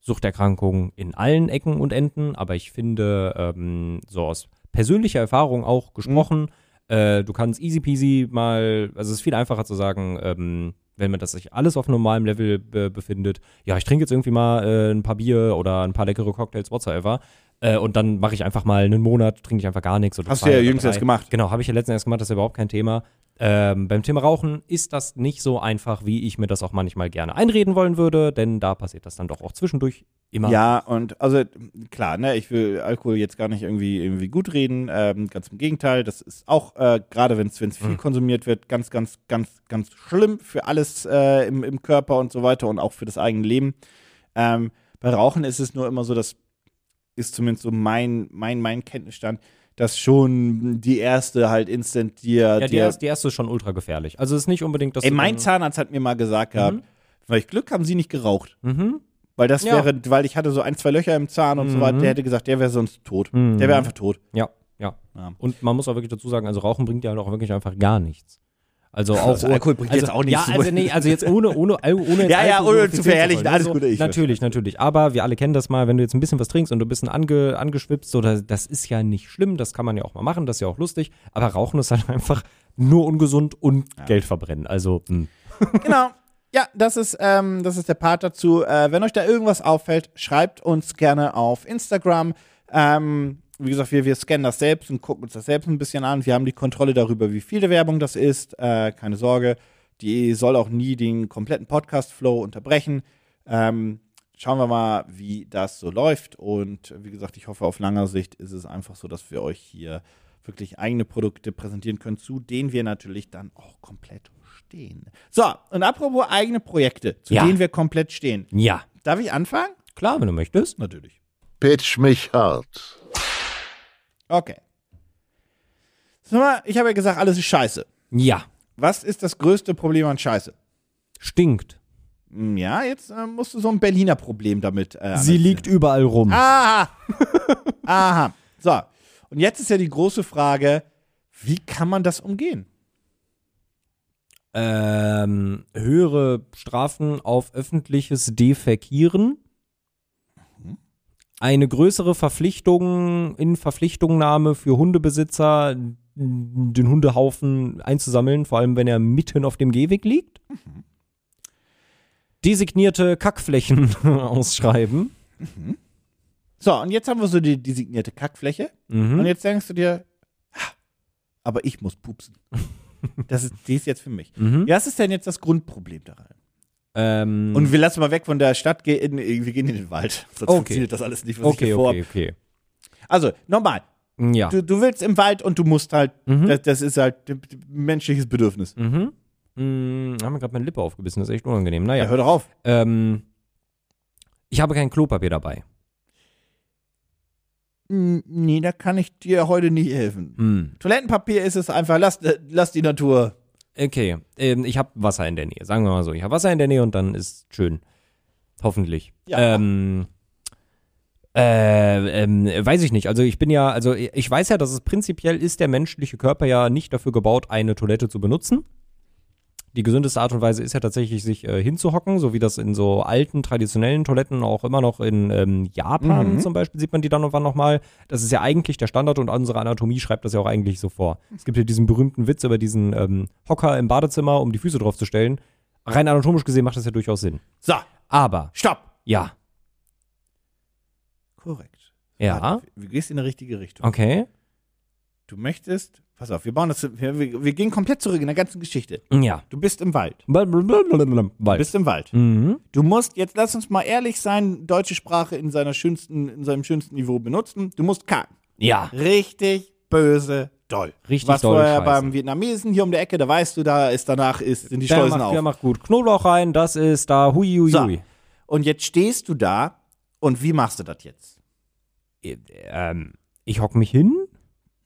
Suchterkrankungen in allen Ecken und Enden, aber ich finde, ähm, so aus persönlicher Erfahrung
Mhm.
auch gesprochen, äh, du kannst easy peasy mal, also es ist viel einfacher zu sagen, ähm, wenn man das sich alles auf normalem Level be befindet, ja, ich trinke jetzt irgendwie mal äh, ein paar Bier oder ein paar leckere Cocktails, whatsoever. Äh, und dann mache ich einfach mal einen Monat, trinke ich einfach gar nichts. Oder
Hast
zwei
du ja
oder
jüngst
drei.
erst gemacht.
Genau, habe ich ja letztens erst gemacht, das ist ja überhaupt kein Thema. Ähm, beim Thema Rauchen ist das nicht so einfach, wie ich mir das auch manchmal gerne einreden wollen würde, denn da passiert das dann doch auch zwischendurch immer.
Ja, und also klar, ne, ich will Alkohol jetzt gar nicht irgendwie, irgendwie gut reden. Ähm, ganz im Gegenteil, das ist auch, äh, gerade wenn es viel
Hm.
konsumiert wird, ganz, ganz, ganz, ganz schlimm für alles äh, im, im Körper und so weiter und auch für das eigene Leben. Ähm, bei Rauchen ist es nur immer so, das ist zumindest so mein, mein, mein Kenntnisstand, dass schon die erste halt instant dir,
Ja, die,
dir
erste, die erste ist schon ultra gefährlich. Also es ist nicht unbedingt, dass
Ey,
du
mein
dann,
Zahnarzt hat mir mal gesagt gehabt, weil ich Glück haben sie nicht geraucht.
Mhm.
Weil das
Ja.
wäre, weil ich hatte so ein, zwei Löcher im Zahn und so weiter, der hätte gesagt, der wäre sonst tot.
Mhm.
Der wäre einfach tot.
Ja, ja,
Ja.
Und man muss auch wirklich dazu sagen, also Rauchen bringt ja halt auch wirklich einfach gar nichts. Also auch
Also Alkohol bringt
also,
jetzt auch nichts.
Ja, also nee, also jetzt ohne ohne Al- ohne jetzt
Ja, ja,
Alkohol
ohne zu
glorifizieren
verherrlichen,
wollen.
alles
Also,
gut, ich
Natürlich, natürlich, aber wir alle kennen das mal, wenn du jetzt ein bisschen was trinkst und du bist ein ange, angeschwipst oder das ist ja nicht schlimm, das kann man ja auch mal machen, das ist ja auch lustig, aber rauchen ist halt einfach nur ungesund und Geld verbrennen. Also mh.
genau. Ja, das ist, ähm, das ist der Part dazu. Äh, wenn euch da irgendwas auffällt, schreibt uns gerne auf Instagram. Ähm, wie gesagt, wir, wir scannen das selbst und gucken uns das selbst ein bisschen an. Wir haben die Kontrolle darüber, wie viel der Werbung das ist. Äh, keine Sorge, die soll auch nie den kompletten Podcast-Flow unterbrechen. Ähm, schauen wir mal, wie das so läuft. Und wie gesagt, ich hoffe, auf langer Sicht ist es einfach so, dass wir euch hier wirklich eigene Produkte präsentieren können, zu denen wir natürlich dann auch komplett stehen. So, und apropos eigene Projekte, zu
Ja.
denen wir komplett stehen.
ja,
Darf ich anfangen?
klar, wenn du möchtest.
Natürlich.
Pitch mich hart.
Okay. Sag mal, ich habe ja gesagt, alles ist scheiße.
Ja,
Was ist das größte Problem an Scheiße?
stinkt.
Hm, Ja, jetzt äh, musst du so ein Berliner Problem damit. Äh,
Sie liegt überall rum.
Ah, Aha! Aha. So. Und jetzt ist ja die große Frage, wie kann man das umgehen?
Ähm, höhere Strafen auf öffentliches Defekieren.
Mhm.
Eine größere Verpflichtung in Verpflichtungnahme für Hundebesitzer, den Hundehaufen einzusammeln, vor allem wenn er mitten auf dem Gehweg liegt.
Mhm.
Designierte Kackflächen ausschreiben.
So, und jetzt haben wir so die designierte Kackfläche.
Mhm. Hm?
Und jetzt denkst du dir, "Ah, aber ich muss pupsen. Das ist, die ist jetzt für
Hm?
mich. Ja, Was ist denn jetzt das Grundproblem daran?
Mhm. Ähm,
Und wir lassen mal weg von der Stadt, ge- in, wir gehen in den Wald. Sonst
Okay.
funktioniert das alles nicht, was ich
okay,
hier vorhab.
okay, Ah. okay.
Also, nochmal,
Ja.
du, du willst im Wald und du musst halt, das, das ist halt d- d- menschliches Bedürfnis.
Mhm. Hm, haben mir gerade meine Lippe aufgebissen, das ist echt unangenehm. Naja.
Ja, hör doch auf.
Ähm, ich habe kein Klopapier dabei.
Hm, Nee, da kann ich dir heute nicht helfen.
Hm.
Toilettenpapier ist es einfach, lass, äh, lass die Natur.
Okay, ähm, ich habe Wasser in der Nähe. Sagen wir mal so, ich habe Wasser in der Nähe und dann ist schön. Hoffentlich.
Ja.
Ähm, äh, ähm, weiß ich nicht. Also ich bin ja, also ich weiß ja, dass es prinzipiell ist der menschliche Körper ja nicht dafür gebaut, eine Toilette zu benutzen. Die gesündeste Art und Weise ist ja tatsächlich, sich äh, hinzuhocken, so wie das in so alten, traditionellen Toiletten auch immer noch in ähm,
Mhm.
Japan zum Beispiel sieht man die dann und wann nochmal. Das ist ja eigentlich der Standard und unsere Anatomie schreibt das ja auch eigentlich so vor. Es gibt ja diesen berühmten Witz über diesen ähm, Hocker im Badezimmer, um die Füße drauf zu stellen. Rein anatomisch gesehen macht das ja durchaus Sinn.
So,
Aber,
stopp.
ja,
Korrekt.
ja,
Warte, Du gehst in die richtige Richtung.
okay,
Du möchtest, pass auf, wir bauen das, wir, wir wir gehen komplett zurück in der ganzen Geschichte.
ja.
Du bist im Wald. Du
Wald.
bist im Wald.
Mhm.
Du musst, jetzt lass uns mal ehrlich sein, deutsche Sprache in, seiner schönsten, in seinem schönsten Niveau benutzen. Du musst kacken.
Ja,
Richtig böse, doll.
Richtig
Was
doll
vorher
Scheiße.
beim Vietnamesen hier um der Ecke, da weißt du, da ist danach ist, sind die
der
Schleusen
macht, der
auf.
macht gut. Knoblauch rein, das ist da, hui, hui,
So.
hui.
Und jetzt stehst du da und wie machst du das jetzt?
Äh, Ähm, ich hock mich hin?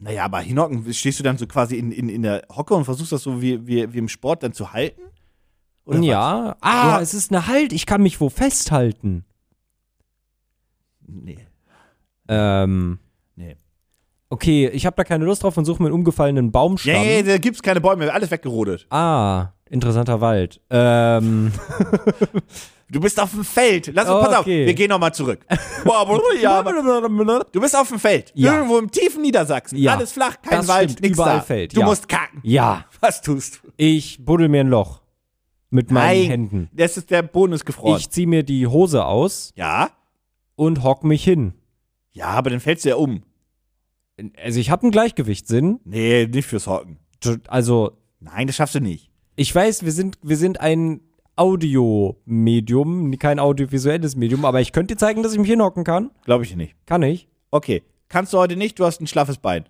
Naja, aber hinhocken, stehst du dann so quasi in, in, in der Hocke und versuchst das so wie, wie, wie im Sport dann zu halten? Oder was?
ja. Ah,
Du-
es ist eine Halt, ich kann mich wo festhalten.
Nee,
Ähm,
nee.
okay, ich habe da keine Lust drauf und suche mir einen umgefallenen Baumstamm.
Yeah, yeah, da gibt's keine Bäume, alles weggerodet.
Ah, interessanter Wald. Ähm,
Du bist auf dem Feld. Lass uns, pass auf,
Okay.
wir gehen nochmal zurück. Boah, aber- Oh ja, aber- Du bist auf dem Feld.
Ja.
Irgendwo im tiefen Niedersachsen.
Ja.
Alles flach, kein
Das
Wald,
stimmt,
nix
überall
da.
Feld,
Du
ja.
musst kacken.
ja,
Was tust du?
ich buddel mir ein Loch mit meinen Händen.
Das ist der Bonus gefroren.
Ich zieh mir die Hose aus
ja?
und hock mich hin.
Ja, aber dann fällst du ja um.
Also ich habe einen Gleichgewichtssinn.
Nee, nicht fürs Hocken.
Also
Nein, das schaffst du nicht.
Ich weiß, wir sind, wir sind ein Audiomedium, kein audiovisuelles Medium, aber ich könnte dir zeigen, dass ich mich hinhocken kann.
Glaube ich dir nicht.
Kann ich.
Okay. Kannst du heute nicht, du hast ein schlaffes Bein.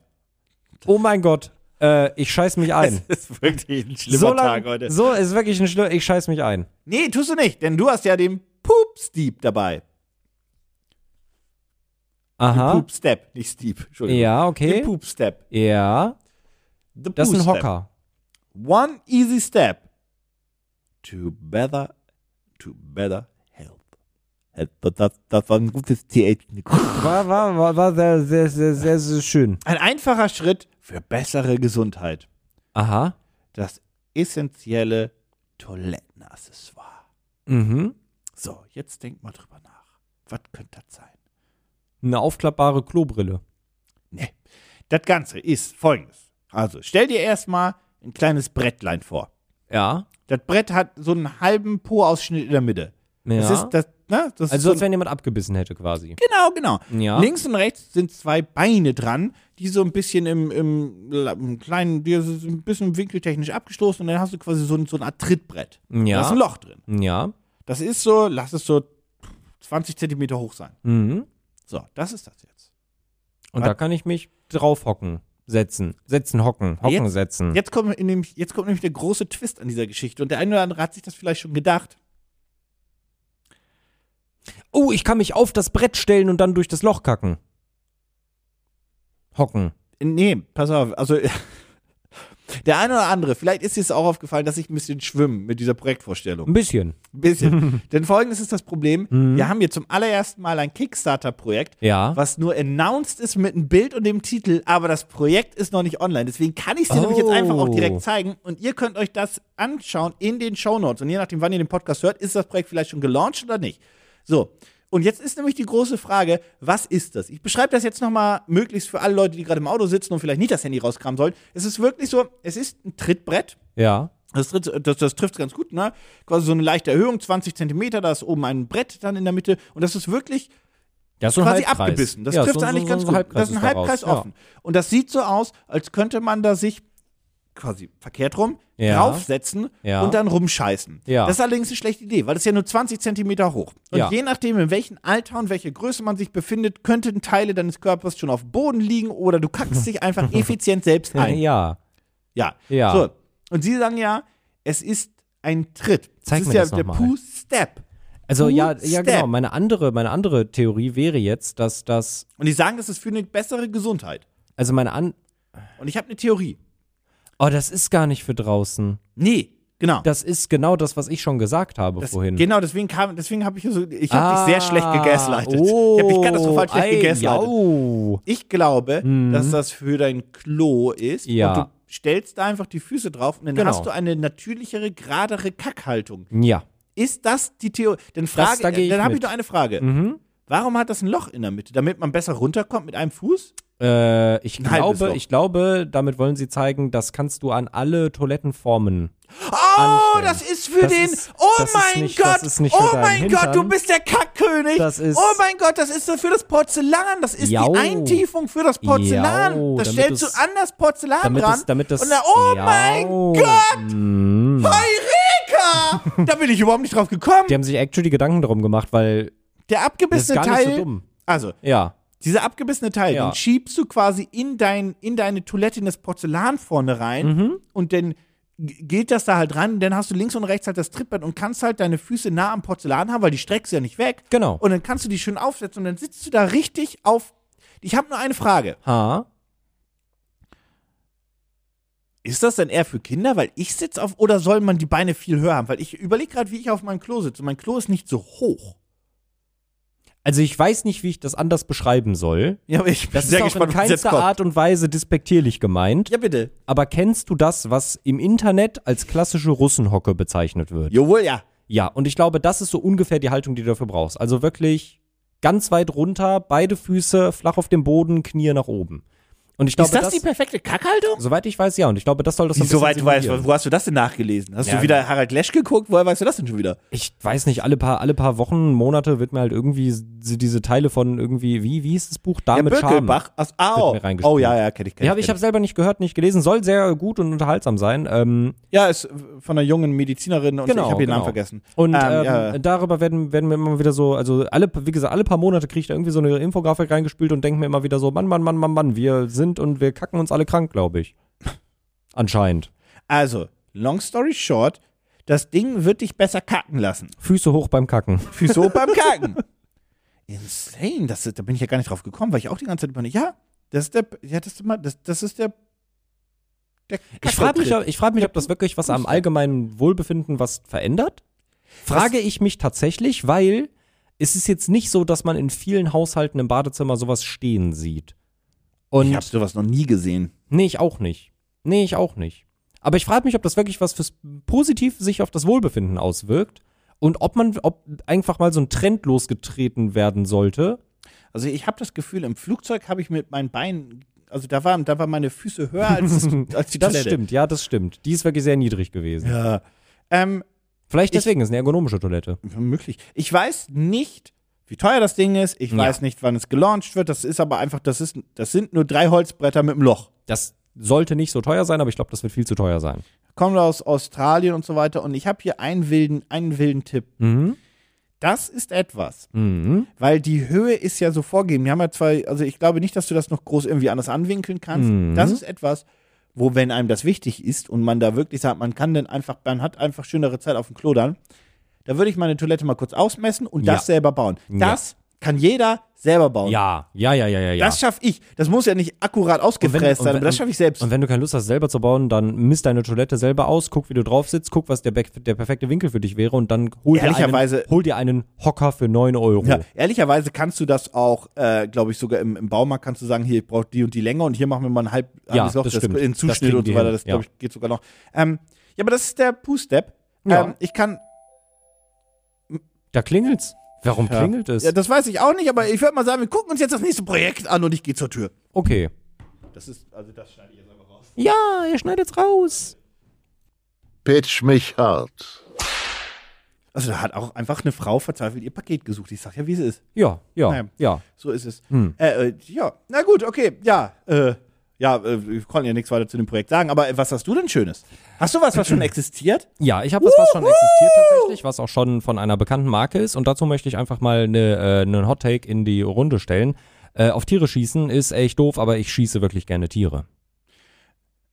Oh mein Gott, äh, ich scheiß mich ein.
Das ist wirklich ein schlimmer
So, lang, so ist wirklich ein Schlimmer, ich scheiß mich ein.
Nee, tust du nicht, denn du hast ja den Poop-Steep dabei.
Aha.
Poop-Step, nicht Steep, Entschuldigung.
Ja,
Den
okay.
Poop-Step.
Ja,
The
das ist ein
Poop-Step.
Hocker.
One easy step to better, to better health. Äh, Das, das, das war ein gutes TH.
War, war, war, war sehr, sehr, sehr, sehr, sehr schön.
Ein einfacher Schritt für bessere Gesundheit.
Aha.
Das essentielle Toilettenaccessoire.
Mhm.
So, jetzt denkt mal drüber nach. Was könnte das sein?
Eine aufklappbare Klobrille.
Nee. Das Ganze ist folgendes. Also, stell dir erstmal ein kleines Brettlein vor.
Ja.
Das Brett hat so einen halben Po-Ausschnitt in der Mitte. Das
Ja.
ist das, ne? Das ist
Also
so
als wenn jemand abgebissen hätte quasi.
Genau, genau.
Ja.
Links und rechts sind zwei Beine dran, die so ein bisschen im, im, La- im kleinen, die sind so ein bisschen winkeltechnisch abgestoßen und dann hast du quasi so ein, so ein Art Trittbrett.
Ja.
Da ist ein Loch drin.
Ja.
Das ist so, lass es so 20 Zentimeter hoch sein.
Mhm.
So, das ist das jetzt.
Und
Was?
da kann ich mich drauf hocken, setzen, setzen, hocken, hocken,
Jetzt-
setzen.
Jetzt kommt, in dem, jetzt kommt nämlich der große Twist an dieser Geschichte und der eine oder andere hat sich das vielleicht schon gedacht.
Oh, ich kann mich auf das Brett stellen und dann durch das Loch kacken. Hocken.
Nee, pass auf, also der eine oder andere, vielleicht ist dir es auch aufgefallen, dass ich ein bisschen schwimme mit dieser Projektvorstellung.
Ein bisschen.
Ein bisschen. Denn folgendes ist das Problem, wir haben hier zum allerersten Mal ein Kickstarter-Projekt,
Ja.
was nur announced ist mit einem Bild und dem Titel, aber das Projekt ist noch nicht online. Deswegen kann ich es dir nämlich jetzt
Oh.
einfach auch direkt zeigen und ihr könnt euch das anschauen in den Shownotes. Und je nachdem, wann ihr den Podcast hört, ist das Projekt vielleicht schon gelauncht oder nicht. So. Und jetzt ist nämlich die große Frage, was ist das? Ich beschreibe das jetzt nochmal möglichst für alle Leute, die gerade im Auto sitzen und vielleicht nicht das Handy rauskramen sollen. Es ist wirklich so, es ist ein Trittbrett.
Ja.
Das, tritt, das, das trifft ganz gut, ne? Quasi so eine leichte Erhöhung, 20 Zentimeter, da ist oben ein Brett dann in der Mitte. Und das ist wirklich
Ja, so ein
quasi
Halbkreis.
abgebissen. Das
ja,
trifft
so-
eigentlich
so- so
ganz gut.
Halbkreis
das ist ein
daraus.
Halbkreis
Ja.
offen. Und das sieht so aus, als könnte man da sich quasi verkehrt rum
Ja.
draufsetzen
Ja.
und dann rumscheißen.
Ja.
Das ist allerdings eine schlechte Idee, weil das ist ja nur 20 Zentimeter hoch. Und
Ja.
je nachdem, in welchem Alter und welcher Größe man sich befindet, könnten Teile deines Körpers schon auf dem Boden liegen oder du kackst dich einfach effizient selbst
Ja.
ein.
ja.
Ja.
Ja.
So. Und sie sagen ja, es ist ein Tritt. es
Zeig
ist
mir
ja
das noch
der
mal.
Poo-Step.
Also
Two
ja, ja
step.
genau. Meine andere, meine andere Theorie wäre jetzt, dass das,
Und die sagen, das ist für eine bessere Gesundheit.
also meine an,
Und ich habe eine Theorie.
oh, das ist gar nicht für draußen.
Nee, genau.
Das ist genau das, was ich schon gesagt habe
Das-
vorhin. Ah,
Genau, deswegen kam, deswegen habe ich so, ich habe dich sehr schlecht gegaslightet. ich
oh,
habe dich katastrophal schlecht gegaslightet.
Jau.
Ich glaube, dass das für dein Klo ist
Mhm. Ja.
und du stellst da einfach die Füße drauf und dann
Genau.
hast du eine natürlichere, geradere Kackhaltung.
Ja.
Ist das die Theorie? Denn Frage,
da gehe ich
dann habe
mit.
ich noch eine Frage.
Mhm.
Warum hat das ein Loch in der Mitte, damit man besser runterkommt mit einem Fuß?
Äh, ich,
Ein halbes
glaube,
Loch.
ich glaube, damit wollen sie zeigen, das kannst du an alle Toilettenformen.
Oh,
Anstellen.
das ist für
Das
den.
ist-
oh
das ist
mein
nicht-
Gott.
das ist nicht für
oh
deinen
mein Gott, du
Hintern.
bist der Kackkönig.
Das ist-
oh mein Gott, das ist so für das Porzellan. Das ist
Jau.
die Eintiefung für das Porzellan.
Jau,
das
damit
stellst du
es-
an das Porzellan
Damit
dran.
es, damit es. Hm.
und dann, oh
Jau.
mein Gott, Heureka! da bin ich überhaupt nicht drauf gekommen.
Die
Der,
haben sich actually Gedanken drum gemacht, weil.
abgebissene
Das ist gar
Teil.
nicht so dumm.
Also,
Ja.
dieser abgebissene Teil,
Ja.
den schiebst du quasi in, dein, in deine Toilette in das Porzellan vorne rein und dann g- geht das da halt ran, dann hast du links und rechts halt das Trittbrett und kannst halt deine Füße nah am Porzellan haben, weil die streckst du ja nicht weg.
Genau.
Und dann kannst du die schön aufsetzen und dann sitzt du da richtig auf. Ich habe nur eine Frage.
Ha.
Ist das dann eher für Kinder, weil ich sitze auf, oder soll man die Beine viel höher haben? Weil ich überlege gerade, wie ich auf meinem Klo sitze. Und mein Klo ist nicht so hoch.
Also ich weiß nicht, wie ich das anders beschreiben soll.
Ja, aber ich bin
Das
sehr
ist auch
gespannt,
in
was jetzt
keinster
kommt.
Art und Weise despektierlich gemeint.
Ja, bitte.
Aber kennst du das, was im Internet als klassische Russenhocke bezeichnet wird?
Jawohl, ja.
Ja, und ich glaube, das ist so ungefähr die Haltung, die du dafür brauchst. Also wirklich ganz weit runter, beide Füße flach auf dem Boden, Knie nach oben. Und ich glaube,
ist das die perfekte Kackhaltung?
soweit ich weiß, ja. Und ich glaube, das soll das so ein bisschen
Soweit du weißt,
simulieren.
wo hast du das denn nachgelesen? Hast
Ja.
du wieder Harald Lesch geguckt? Woher weißt du das denn schon wieder?
Ich weiß nicht, alle paar, alle paar Wochen, Monate wird mir halt irgendwie s- diese Teile von irgendwie, wie, wie hieß das Buch?
Der
Dame Charme.
Birkelbach. Aus, au.
Wird mir reingespielt.
Oh ja, ja, kenne ich, kenn
Ja, aber
ich.
ich
kenn
habe selber nicht gehört, nicht gelesen. Soll sehr gut und unterhaltsam sein. Ähm,
ich. ja, ist äh, von einer jungen Medizinerin und
genau.
ich habe ihren
genau.
Namen vergessen.
Und ähm,
ja.
darüber werden, werden wir immer wieder so, also alle, wie gesagt, alle paar Monate kriege ich da irgendwie so eine Infografik reingespült und denke mir immer wieder so, Mann, Mann, Mann, Mann, Mann, wir sind und wir kacken uns alle krank, glaube ich. Anscheinend.
Also, long story short, das Ding wird dich besser kacken lassen.
Füße hoch beim Kacken.
Füße hoch beim Kacken. Insane, das, ist- da bin ich ja gar nicht drauf gekommen, weil ich auch die ganze Zeit überlege, ja, das ist der, ja, das ist, immer, das, das ist der, der
Ich frage mich,
Kackertritt.
ob- ich frag mich, ob das wirklich was am allgemeinen Wohlbefinden was verändert. Frage ich mich tatsächlich, weil es ist jetzt nicht so, dass man in vielen Haushalten im Badezimmer sowas stehen sieht. Und
Ich habe sowas noch nie gesehen.
Nee, ich auch nicht. Nee, ich auch nicht. Aber ich frage mich, ob das wirklich was fürs positiv sich auf das Wohlbefinden auswirkt und ob man, ob einfach mal so ein Trend losgetreten werden sollte.
Also ich habe das Gefühl, im Flugzeug habe ich mit meinen Beinen, also da waren, da waren meine Füße höher als, als die
Das
Toilette.
stimmt, ja, das stimmt. Die ist wirklich sehr niedrig gewesen.
Ja. Ähm,
Vielleicht deswegen, ist eine ergonomische Toilette.
möglich. Ich weiß nicht, wie teuer das Ding ist. Ich
Ja.
weiß nicht, wann es gelauncht wird. Das ist aber einfach, das ist, das sind nur drei Holzbretter mit einem Loch.
Das sollte nicht so teuer sein, aber ich glaube, das wird viel zu teuer sein.
Kommen wir aus Australien und so weiter. Und ich habe hier einen wilden, einen wilden Tipp.
Mhm.
Das ist etwas,
Mhm.
weil die Höhe ist ja so vorgegeben. Wir haben ja zwei, also ich glaube nicht, dass du das noch groß irgendwie anders anwinkeln kannst.
Mhm.
Das ist etwas, wo, wenn einem das wichtig ist und man da wirklich sagt, man kann denn einfach, man hat einfach schönere Zeit auf dem Klo dann, da würde ich meine Toilette mal kurz ausmessen und
Ja.
das selber bauen. Das kann jeder selber bauen.
Ja, ja, ja, ja, ja. ja.
Das schaffe ich. Das muss ja nicht akkurat
wenn-
ausgefräst sein,
wenn-
aber das schaffe ich selbst.
Und wenn du keine Lust hast, selber zu bauen, dann misst deine Toilette selber aus, guck, wie du drauf sitzt, guck, was der, Be- der perfekte Winkel für dich wäre und dann hol dir, einen,
Ehrlicherweise-
hol dir einen Hocker für 9 Euro.
Ja, ehrlicherweise kannst du das auch, äh, glaube ich, sogar im, im Baumarkt kannst du sagen, hier, ich brauche die und die Länge und hier machen wir mal ein halb
Ja,
halbes Loch
das stimmt.
in
Das
Zuschnitt
kriegen
und
die
so weiter.
hin,
Das,
ja.
glaube ich, geht sogar noch. Ähm, ja, aber das ist der Poo-Step.
Ja.
Ähm, ich kann.
Da klingelt's. Warum
Ja.
klingelt es?
Ja, das weiß ich auch nicht, aber ich würde mal sagen, wir gucken uns jetzt das nächste Projekt an und ich gehe zur Tür.
okay.
Das ist, also das schneide ich jetzt einfach raus.
Ja, ihr schneidet's raus.
Pitch mich hart.
Also da hat auch einfach eine Frau verzweifelt ihr Paket gesucht. Ich sag ja, wie es ist.
Ja, ja,
Naja.
ja.
So ist es.
Hm.
Äh, äh, ja, na gut, okay, ja. Äh, ja, äh, wir konnten ja nichts weiter zu dem Projekt sagen, aber äh, was hast du denn Schönes? Hast du was, was schon existiert?
Ja, ich habe was, was schon existiert tatsächlich, was auch schon von einer bekannten Marke ist. Und dazu möchte ich einfach mal eine, äh, einen Hot Take in die Runde stellen. Äh, auf Tiere schießen ist echt doof, aber ich schieße wirklich gerne Tiere.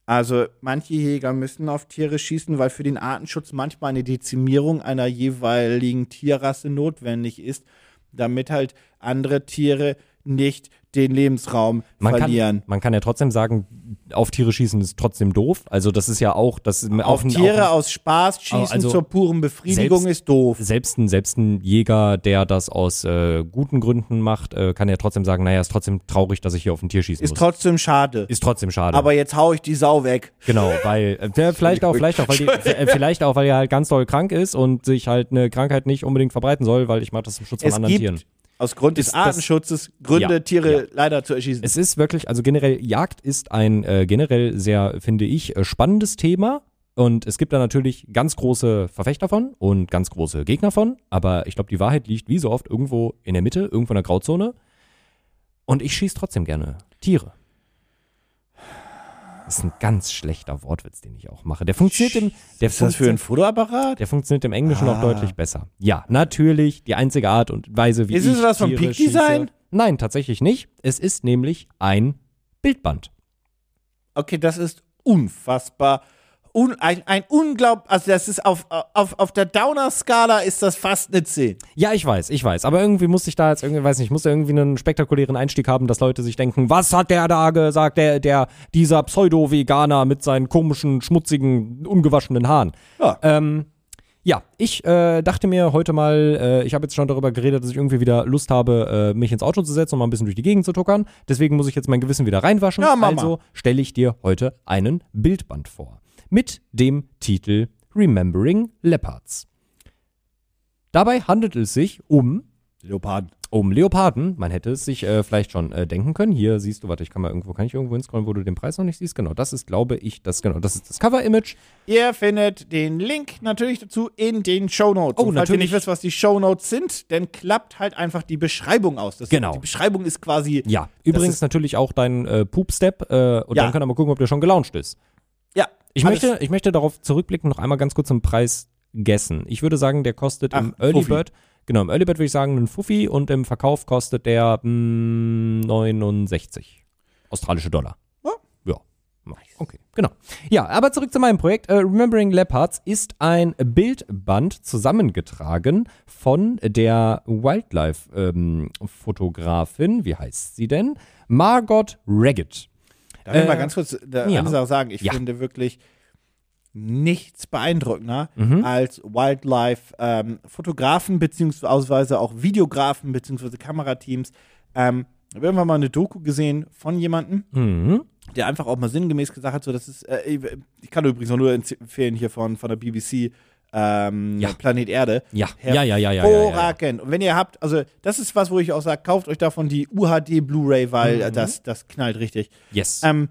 Also, manche Jäger müssen auf Tiere schießen, weil für den Artenschutz manchmal eine Dezimierung einer jeweiligen Tierrasse notwendig ist, damit halt andere Tiere nicht den Lebensraum
Man
verlieren.
kann, man kann ja trotzdem sagen, auf Tiere schießen ist trotzdem doof. Also das ist ja auch, das ist
auf Tiere aus Spaß schießen
also
zur puren Befriedigung
selbst-
ist doof.
selbst ein, selbst ein Jäger, der das aus äh, guten Gründen macht, äh, kann ja trotzdem sagen, naja, ist trotzdem traurig, dass ich hier auf ein Tier schießen
Ist
muss.
trotzdem schade.
ist trotzdem schade.
aber jetzt hau ich die Sau weg.
Genau, weil äh, ja, vielleicht auch, vielleicht auch, weil die, äh, vielleicht auch, weil er halt ganz doll krank ist und sich halt eine Krankheit nicht unbedingt verbreiten soll, weil ich mache das zum Schutz von
es
anderen
gibt
Tieren.
aus Grund des
Ist das-
Artenschutzes Gründe,
Ja,
Tiere leider zu erschießen.
Es ist wirklich, also generell, Jagd ist ein äh, generell sehr, finde ich, äh, spannendes Thema. Und es gibt da natürlich ganz große Verfechter von und ganz große Gegner von. Aber ich glaube, die Wahrheit liegt wie so oft irgendwo in der Mitte, irgendwo in der Grauzone. Und ich schieße trotzdem gerne Tiere. Das ist ein ganz schlechter Wortwitz, den ich auch mache. Der funktioniert im, der
ist das für ein
funktioniert-
Fotoapparat?
Der funktioniert im Englischen
Ah.
auch deutlich besser. Ja, natürlich, die einzige Art und Weise, wie
Ist
ich
es was vom
Tiere
Peak Design?
schieße- Nein, tatsächlich nicht. Es ist nämlich ein Bildband.
Okay, das ist unfassbar. Un, ein, ein unglaub, also das ist auf, auf, auf der Downer-Skala ist das fast eine 10.
Ja, ich weiß, ich weiß. Aber irgendwie musste ich da jetzt irgendwie, weiß nicht, ich musste irgendwie einen spektakulären Einstieg haben, dass Leute sich denken, was hat der da gesagt, der, der, dieser Pseudo-Veganer mit seinen komischen, schmutzigen, ungewaschenen Haaren.
Ja.
Ähm, ja, ich äh, dachte mir heute mal, äh, ich habe jetzt schon darüber geredet, dass ich irgendwie wieder Lust habe, äh, mich ins Auto zu setzen und mal ein bisschen durch die Gegend zu tuckern. Deswegen muss ich jetzt mein Gewissen wieder reinwaschen.
Ja, Mama.
Also stelle ich dir heute einen Bildband vor. Mit dem Titel Remembering Leopards. Dabei handelt es sich um
Leoparden.
um Leoparden, man hätte es sich äh, vielleicht schon äh, denken können. Hier siehst du, warte, ich kann mal irgendwo, kann ich irgendwo hinscrollen, wo du den Preis noch nicht siehst? Genau, das ist, glaube ich, das, genau, das ist das Cover-Image.
Ihr findet den Link natürlich dazu in den Shownotes.
Oh,
Und Falls ihr
natürlich.
nicht wisst, was die Shownotes sind, dann klappt halt einfach die Beschreibung aus. Das
Genau.
Die Beschreibung ist quasi.
Ja, übrigens
ist-
natürlich auch dein äh, Poop-Step äh, und
Ja.
dann können wir mal gucken, ob der schon gelauncht ist.
ja
Ich
alles-
möchte, ich möchte darauf zurückblicken, noch einmal ganz kurz zum Preis gessen. Ich würde sagen, der kostet im
Ach,
Early
Fuffi.
Bird, genau, im Early Bird würde ich sagen einen Fuffi und im Verkauf kostet der mh, 69 australische Dollar.
Ja.
Ja. Okay, genau. Ja, aber zurück zu meinem Projekt. Äh, Remembering Leopards ist ein Bildband zusammengetragen von der Wildlife-Fotografin, wie heißt sie denn? Margot Raggett.
Darf ich mal
Äh,
ganz kurz da
ja.
eine Sache sagen? Ich
Ja.
finde wirklich nichts beeindruckender
Mhm.
als Wildlife-Fotografen beziehungsweise auch Videografen beziehungsweise Kamerateams. Ähm, ich habe irgendwann mal eine Doku gesehen von jemandem,
Mhm.
der einfach auch mal sinngemäß gesagt hat, so das ist, äh, ich- ich kann übrigens auch nur empfehlen hier von, von der BBC, ähm,
Ja.
Planet Erde.
Ja. Ja, ja, ja, ja, ja, ja, ja.
Hervorragend. Und wenn ihr habt, also das ist was, wo ich auch sage, kauft euch davon die UHD Blu-ray, weil
Mhm.
äh, das, das knallt richtig.
Yes.
Ähm,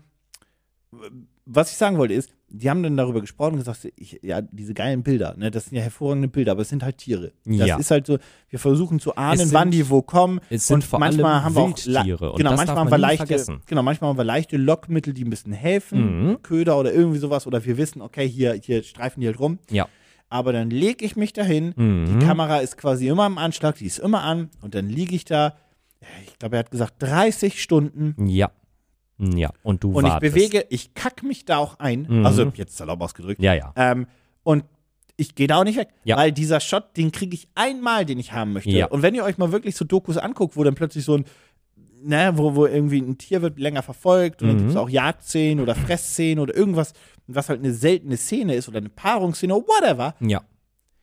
was ich sagen wollte ist, die haben dann darüber gesprochen und gesagt, ich, ja, diese geilen Bilder, ne, das sind ja hervorragende Bilder, aber es sind halt Tiere. Das
Ja.
ist halt so, wir versuchen zu ahnen,
sind-
wann die wo kommen.
es sind
und
vor
manchmal
allem
haben wir auch la-
Wildtiere und
genau,
das
manchmal
darf
haben wir
man nie
leichte,
vergessen. Mhm.
Genau, manchmal haben wir leichte Lockmittel, die ein bisschen helfen, Köder oder irgendwie sowas, oder wir wissen, okay, hier, hier streifen die halt rum.
ja.
Aber dann lege ich mich dahin,
Mhm.
die Kamera ist quasi immer am Anschlag, die ist immer an, und dann liege ich da, ich glaube, er hat gesagt, 30 Stunden
Ja. Ja. Und du
und ich
wartest.
Mhm. bewege, ich kack mich da auch ein, also jetzt salopp ausgedrückt.
Ja, ja.
Ähm, und ich gehe da auch nicht weg.
Ja.
Weil dieser Shot, den kriege ich einmal, den ich haben möchte.
Ja.
Und wenn ihr euch mal wirklich so Dokus anguckt, wo dann plötzlich so ein, ne, wo, wo irgendwie ein Tier wird länger verfolgt und dann
Mhm.
gibt es auch Jagdszenen oder Fressszenen oder irgendwas, was halt eine seltene Szene ist oder eine Paarungsszene, whatever.
Ja.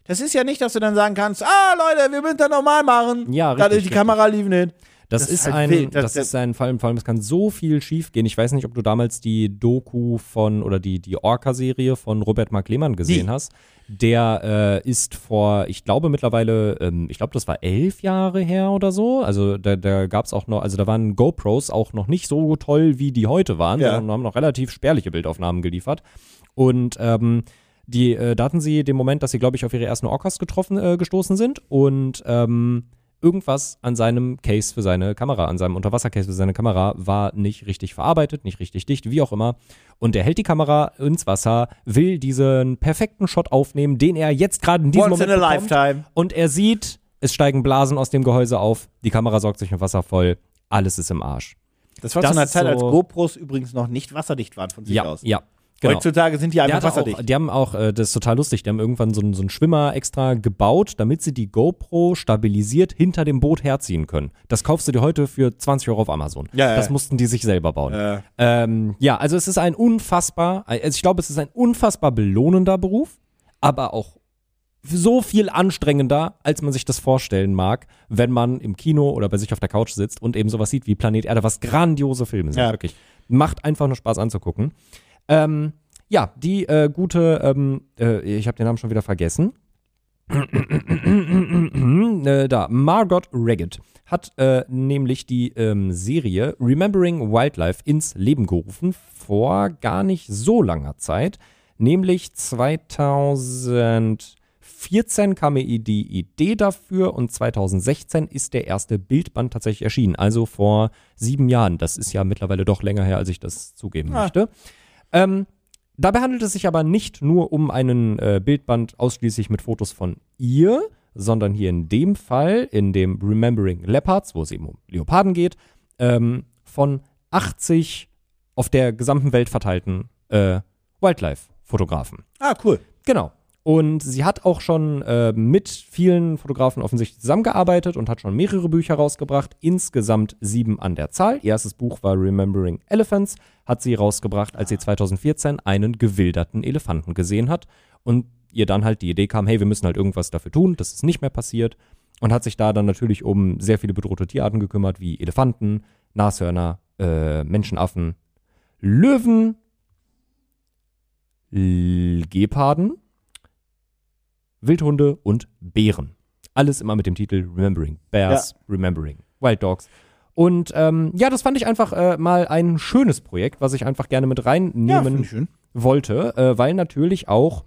Das ist ja nicht, dass du dann sagen kannst, ah Leute, wir müssen das normal machen.
Ja,
Dann ist
richtig,
die Kamera liefen hin.
Das,
Das ist
ist
halt
ein,
wild. Das-
das,
das-
ist ein Fall, vor allem es kann so viel schief gehen. Ich weiß nicht, ob du damals die Doku von oder die, die Orca-Serie von Robert Mark Lehmann gesehen
Die.
hast. Der äh, ist vor, ich glaube mittlerweile, ähm, ich glaube, das war elf Jahre her oder so. Also da, da gab es auch noch, also da waren GoPros auch noch nicht so toll, wie die heute waren,
Ja.
sondern haben noch relativ spärliche Bildaufnahmen geliefert. Und ähm, die, äh, da hatten sie den Moment, dass sie, glaube ich, auf ihre ersten Orcas getroffen, äh, gestoßen sind und ähm, irgendwas an seinem Case für seine Kamera, an seinem Unterwassercase für seine Kamera war nicht richtig verarbeitet, nicht richtig dicht, wie auch immer. Und er hält die Kamera ins Wasser, will diesen perfekten Shot aufnehmen, den er jetzt gerade in diesem
Once in
Moment
a
bekommt.
lifetime.
Und er sieht, es steigen Blasen aus dem Gehäuse auf, die Kamera sorgt sich mit Wasser voll, alles ist im Arsch.
Das war
Das
zu einer
ist
Zeit, als
so-
GoPros übrigens noch nicht wasserdicht waren von sich
Ja,
aus.
ja. Genau.
Heutzutage sind die
Der
einfach
hat
wasserdicht.
Auch, die haben auch, äh, das ist total lustig, die haben irgendwann so, einen- so einen Schwimmer extra gebaut, damit sie die GoPro stabilisiert hinter dem Boot herziehen können. Das kaufst du dir heute für 20 Euro auf Amazon.
Ja, ja.
das mussten die sich selber bauen.
Ja.
Ähm, ja, also es ist ein unfassbar, also ich glaube, es ist ein unfassbar belohnender Beruf, aber auch so viel anstrengender, als man sich das vorstellen mag, wenn man im Kino oder bei sich auf der Couch sitzt und eben sowas sieht wie Planet Erde, was grandiose Filme sind,
Ja.
wirklich. Macht einfach nur Spaß anzugucken. Ähm, ja, die äh, gute, ähm, äh, ich habe den Namen schon wieder vergessen. äh, da, Margot Raggett hat äh, nämlich die ähm, Serie Remembering Wildlife ins Leben gerufen vor gar nicht so langer Zeit, nämlich 2014 kam mir die Idee dafür und 2016 ist der erste Bildband tatsächlich erschienen, also vor sieben Jahren. Das ist ja mittlerweile doch länger her, als ich das zugeben
Ah.
möchte. Ähm, Dabei handelt es sich aber nicht nur um einen äh, Bildband ausschließlich mit Fotos von ihr, sondern hier in dem Fall, in dem Remembering Leopards, wo es eben um Leoparden geht, ähm, von 80 auf der gesamten Welt verteilten äh, Wildlife-Fotografen.
Ah, cool.
Genau. Und sie hat auch schon äh, mit vielen Fotografen offensichtlich zusammengearbeitet und hat schon mehrere Bücher rausgebracht, insgesamt sieben an der Zahl. Ihr erstes Buch war Remembering Elephants, hat sie rausgebracht, als sie 2014 einen gewilderten Elefanten gesehen hat und ihr dann halt die Idee kam, hey, wir müssen halt irgendwas dafür tun, dass es nicht mehr passiert und hat sich da dann natürlich um sehr viele bedrohte Tierarten gekümmert, wie Elefanten, Nashörner, äh, Menschenaffen, Löwen, L- Geparden, Wildhunde und Bären. Alles immer mit dem Titel Remembering Bears, Remembering Wild Dogs. Und ähm, ja, das fand ich einfach äh, mal ein schönes Projekt, was ich einfach gerne mit
Ja,
reinnehmen
finde ich schön.
wollte, äh, weil natürlich auch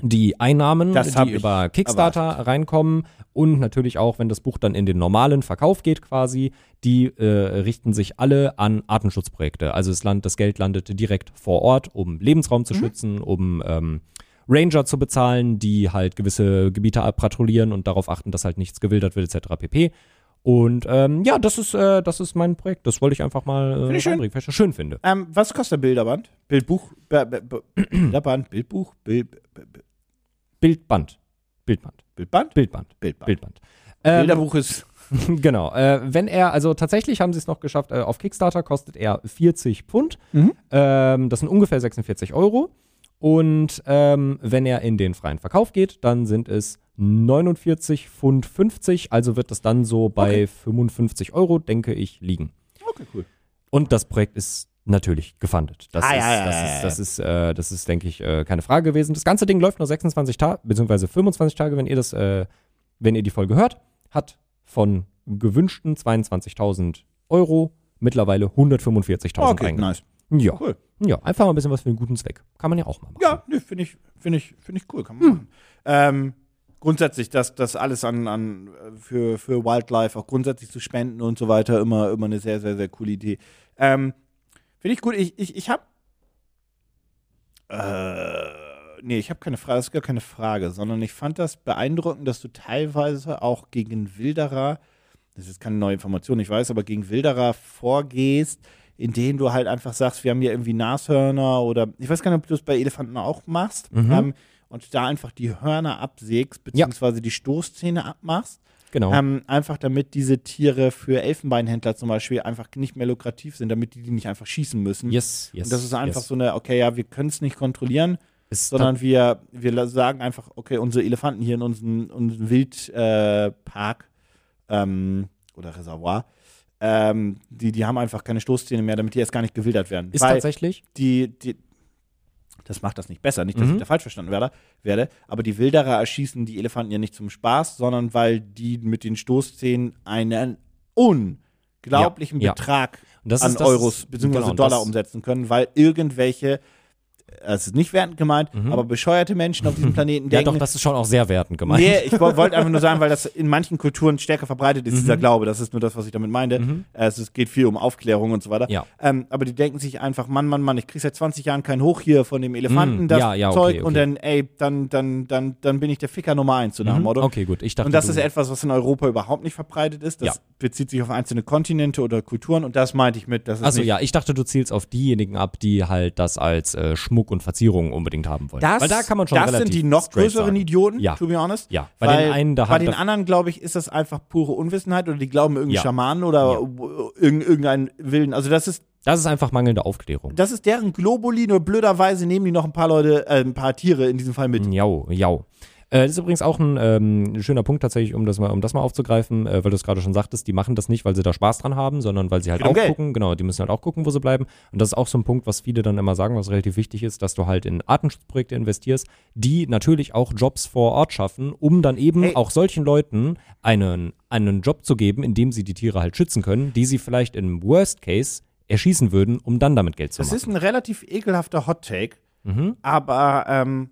die Einnahmen,
Das hab
die
ich
über Kickstarter reinkommen und natürlich auch, wenn das Buch dann in den normalen Verkauf geht quasi, die äh, richten sich alle an Artenschutzprojekte. Also das, Land, das Geld landete direkt vor Ort, um Lebensraum
Mhm.
zu schützen, um ähm, Ranger zu bezahlen, die halt gewisse Gebiete patrouillieren und darauf achten, dass halt nichts gewildert wird etc. pp. Und ähm, ja, das ist, äh, das ist mein Projekt. Das wollte ich einfach mal äh,
ich schön.
reinbringen, weil ich das schön finde.
Ähm, was kostet ein Bilderband? Bildbuch? Be- be- be- Bilderband? Bildbuch? Bild, be- be-
Bildband. Bildband.
Bildband?
Bildband.
Bildband.
Bildband. Ähm,
Bilderbuch ist.
genau. Äh, wenn er, also tatsächlich haben sie es noch geschafft, äh, auf Kickstarter kostet er 40 Pfund.
Mhm.
Ähm, das sind ungefähr 46 Euro. Und ähm, wenn er in den freien Verkauf geht, dann sind es 49 Pfund 50. Also wird das dann so bei 55 Euro, denke ich, liegen.
Okay, cool.
Und das Projekt ist natürlich gefundet. Das
Ah,
ist,
ja, ja,
das
ja, ja.
ist, das ist, äh, das ist, denke ich, äh, keine Frage gewesen. Das ganze Ding läuft noch 26 Tage, beziehungsweise 25 Tage, wenn ihr das, äh, wenn ihr die Folge hört, hat von gewünschten 22.000 Euro mittlerweile 145.000
Okay,
eingegangen.
nice.
Ja.
Cool.
ja, einfach mal ein bisschen was für einen guten Zweck. Kann man ja auch mal machen.
Ja, nee, finde ich, finde ich, finde ich cool. Kann man machen. Ähm, grundsätzlich, dass das alles an, an äh, für, für Wildlife auch grundsätzlich zu spenden und so weiter immer, immer eine sehr, sehr, sehr coole Idee. Ähm, finde ich gut. Ich, ich, ich habe äh, nee, ich habe keine Frage. Das ist gar keine Frage, sondern ich fand das beeindruckend, dass du teilweise auch gegen Wilderer das ist keine neue Information, ich weiß, aber gegen Wilderer vorgehst, indem du halt einfach sagst, wir haben hier irgendwie Nashörner oder ich weiß gar nicht, ob du das bei Elefanten auch machst.
Mhm.
Ähm, und da einfach die Hörner absägst, beziehungsweise die Stoßzähne abmachst.
Genau.
Ähm, einfach damit diese Tiere für Elfenbeinhändler zum Beispiel einfach nicht mehr lukrativ sind, damit die die nicht einfach schießen müssen.
yes, yes.
und das ist einfach
yes.
so eine, okay, ja, wir können es nicht kontrollieren,
Ist
sondern wir, wir la- sagen einfach, okay, unsere Elefanten hier in unserem, unserem Wildpark äh, Park, ähm, oder Reservoir, ähm, die, die haben einfach keine Stoßzähne mehr, damit die erst gar nicht gewildert werden.
Ist
Weil
tatsächlich.
die, die das macht das nicht besser, nicht, dass
Mhm.
ich da falsch verstanden werde, werde, aber die Wilderer erschießen die Elefanten ja nicht zum Spaß, sondern weil die mit den Stoßzähnen einen unglaublichen
Ja, ja.
Betrag
Und das
an
ist das-
Euros bzw.
genau, und
Dollar
das-
umsetzen können, weil irgendwelche, das ist nicht wertend gemeint, aber bescheuerte Menschen auf diesem Planeten
Mhm. Ja,
denken,
doch, das ist schon auch sehr wertend gemeint.
Nee, ich wo- wollte einfach nur sagen, weil das in manchen Kulturen stärker verbreitet ist,
Mhm.
dieser Glaube. Das ist nur das, was ich damit meinte. Also, es geht viel um Aufklärung und so weiter.
Ja.
Ähm, aber die denken sich einfach, Mann, Mann, Mann, ich krieg seit 20 Jahren kein Hoch hier von dem Elefanten,
Mm,
das
ja, ja, okay,
Zeug.
okay.
Und dann, ey, dann, dann, dann, dann bin ich der Ficker Nummer eins, so nach dem
Mhm.
Motto.
Okay, gut. Ich dachte,
Und das
du-
ist etwas, was in Europa überhaupt nicht verbreitet ist. Das
Ja.
bezieht sich auf einzelne Kontinente oder Kulturen. Und das meinte ich mit. Das ist
Achso,
nicht,
Also ja, ich dachte, du zielst auf diejenigen ab, die halt das als äh, Schmuck und Verzierung unbedingt haben wollen.
Das,
weil da kann man schon
das
relativ
sind die noch
straight
größeren
sagen.
Idioten,
Ja.
to be honest.
Ja, bei den einen, da
bei
hat-
den
da-
anderen, glaube ich, ist das einfach pure Unwissenheit oder die glauben irgendeinen
Ja.
Schamanen oder
Ja.
irg- irgendeinen Willen. Also das ist,
Das ist einfach mangelnde Aufklärung.
das ist deren Globuli, nur blöderweise nehmen die noch ein paar Leute, äh, ein paar Tiere in diesem Fall mit.
Jau, jau. Äh, das ist übrigens auch ein ähm, schöner Punkt tatsächlich, um das mal, um das mal aufzugreifen, äh, weil du es gerade schon sagtest, die machen das nicht, weil sie da Spaß dran haben, sondern weil sie halt
Geht um
auch
Geld.
gucken, genau, die müssen halt auch gucken, wo sie bleiben. Und das ist auch so ein Punkt, was viele dann immer sagen, was relativ wichtig ist, dass du halt in Artenschutzprojekte investierst, die natürlich auch Jobs vor Ort schaffen, um dann eben
Hey.
auch solchen Leuten einen, einen Job zu geben, in dem sie die Tiere halt schützen können, die sie vielleicht im Worst Case erschießen würden, um dann damit Geld zu
Das
machen. Mhm.
ist ein relativ ekelhafter Hot-Take, aber ähm,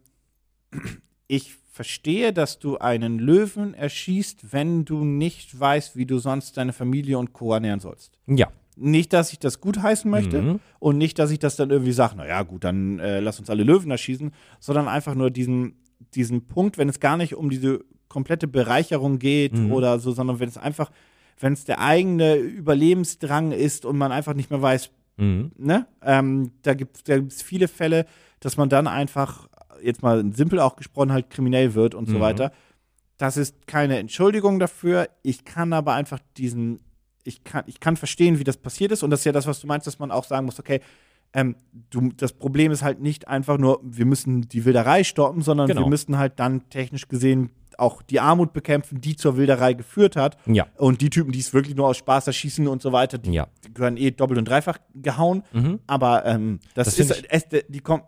ich verstehe, dass du einen Löwen erschießt, wenn du nicht weißt, wie du sonst deine Familie und Co. ernähren sollst.
ja.
Nicht, dass ich das gutheißen möchte und nicht, dass ich das dann irgendwie sage, naja, gut, dann äh, lass uns alle Löwen erschießen, sondern einfach nur diesen, diesen Punkt, wenn es gar nicht um diese komplette Bereicherung geht oder so, sondern wenn es einfach, wenn es der eigene Überlebensdrang ist und man einfach nicht mehr weiß,
Mhm.
ne? Ähm, da gibt es da gibt's viele Fälle, dass man dann einfach, jetzt mal simpel auch gesprochen, halt kriminell wird und so
Mhm.
weiter. Das ist keine Entschuldigung dafür. Ich kann aber einfach diesen, ich kann, ich kann verstehen, wie das passiert ist. Und das ist ja das, was du meinst, dass man auch sagen muss, okay, ähm, du, das Problem ist halt nicht einfach nur, wir müssen die Wilderei stoppen, sondern
Genau.
wir müssen halt dann technisch gesehen auch die Armut bekämpfen, die zur Wilderei geführt hat.
Ja.
Und die Typen, die es wirklich nur aus Spaß erschießen und so weiter, die
Ja. Mhm.
die gehören eh doppelt und dreifach gehauen. Aber ähm, das,
Das find
ist es, die kom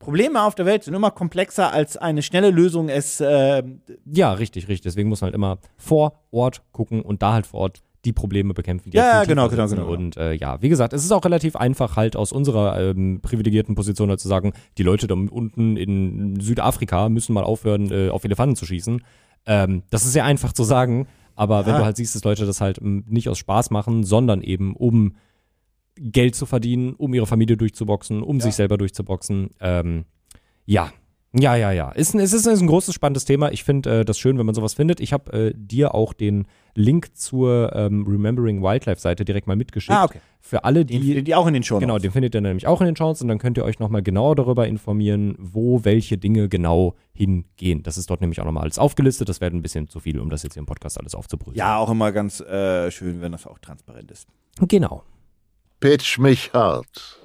Probleme auf der Welt sind immer komplexer als eine schnelle Lösung es ähm,
Ja, richtig, richtig. Deswegen muss man halt immer vor Ort gucken und da halt vor Ort die Probleme bekämpfen. Die
Ja,
halt viel
genau,
tiefer
genau,
sitzen.
genau, genau.
Und äh, ja, wie gesagt, es ist auch relativ einfach halt aus unserer ähm, privilegierten Position halt zu sagen, die Leute da unten in Südafrika müssen mal aufhören, äh, auf Elefanten zu schießen. Ähm, das ist sehr einfach zu sagen, aber wenn
Ja.
du halt siehst, dass Leute das halt ähm, nicht aus Spaß machen, sondern eben um Geld zu verdienen, um ihre Familie durchzuboxen, um sich selber durchzuboxen. Ähm, ja. Ja, ja, ja. Ist ein, es ist, ist ein großes, spannendes Thema. Ich finde äh, das schön, wenn man sowas findet. Ich habe äh, dir auch den Link zur ähm, Remembering Wildlife-Seite direkt mal mitgeschickt.
Ah, okay.
Für alle, die.
die, die, auch in den Show
genau, den findet ihr nämlich auch in den Shorts und dann könnt ihr euch nochmal genauer darüber informieren, wo welche Dinge genau hingehen. Das ist dort nämlich auch nochmal alles aufgelistet. Das wäre ein bisschen zu viel, um das jetzt hier im Podcast alles aufzubrühen.
Ja, auch immer ganz äh, schön, wenn das auch transparent ist.
Genau.
Pitch mich hart.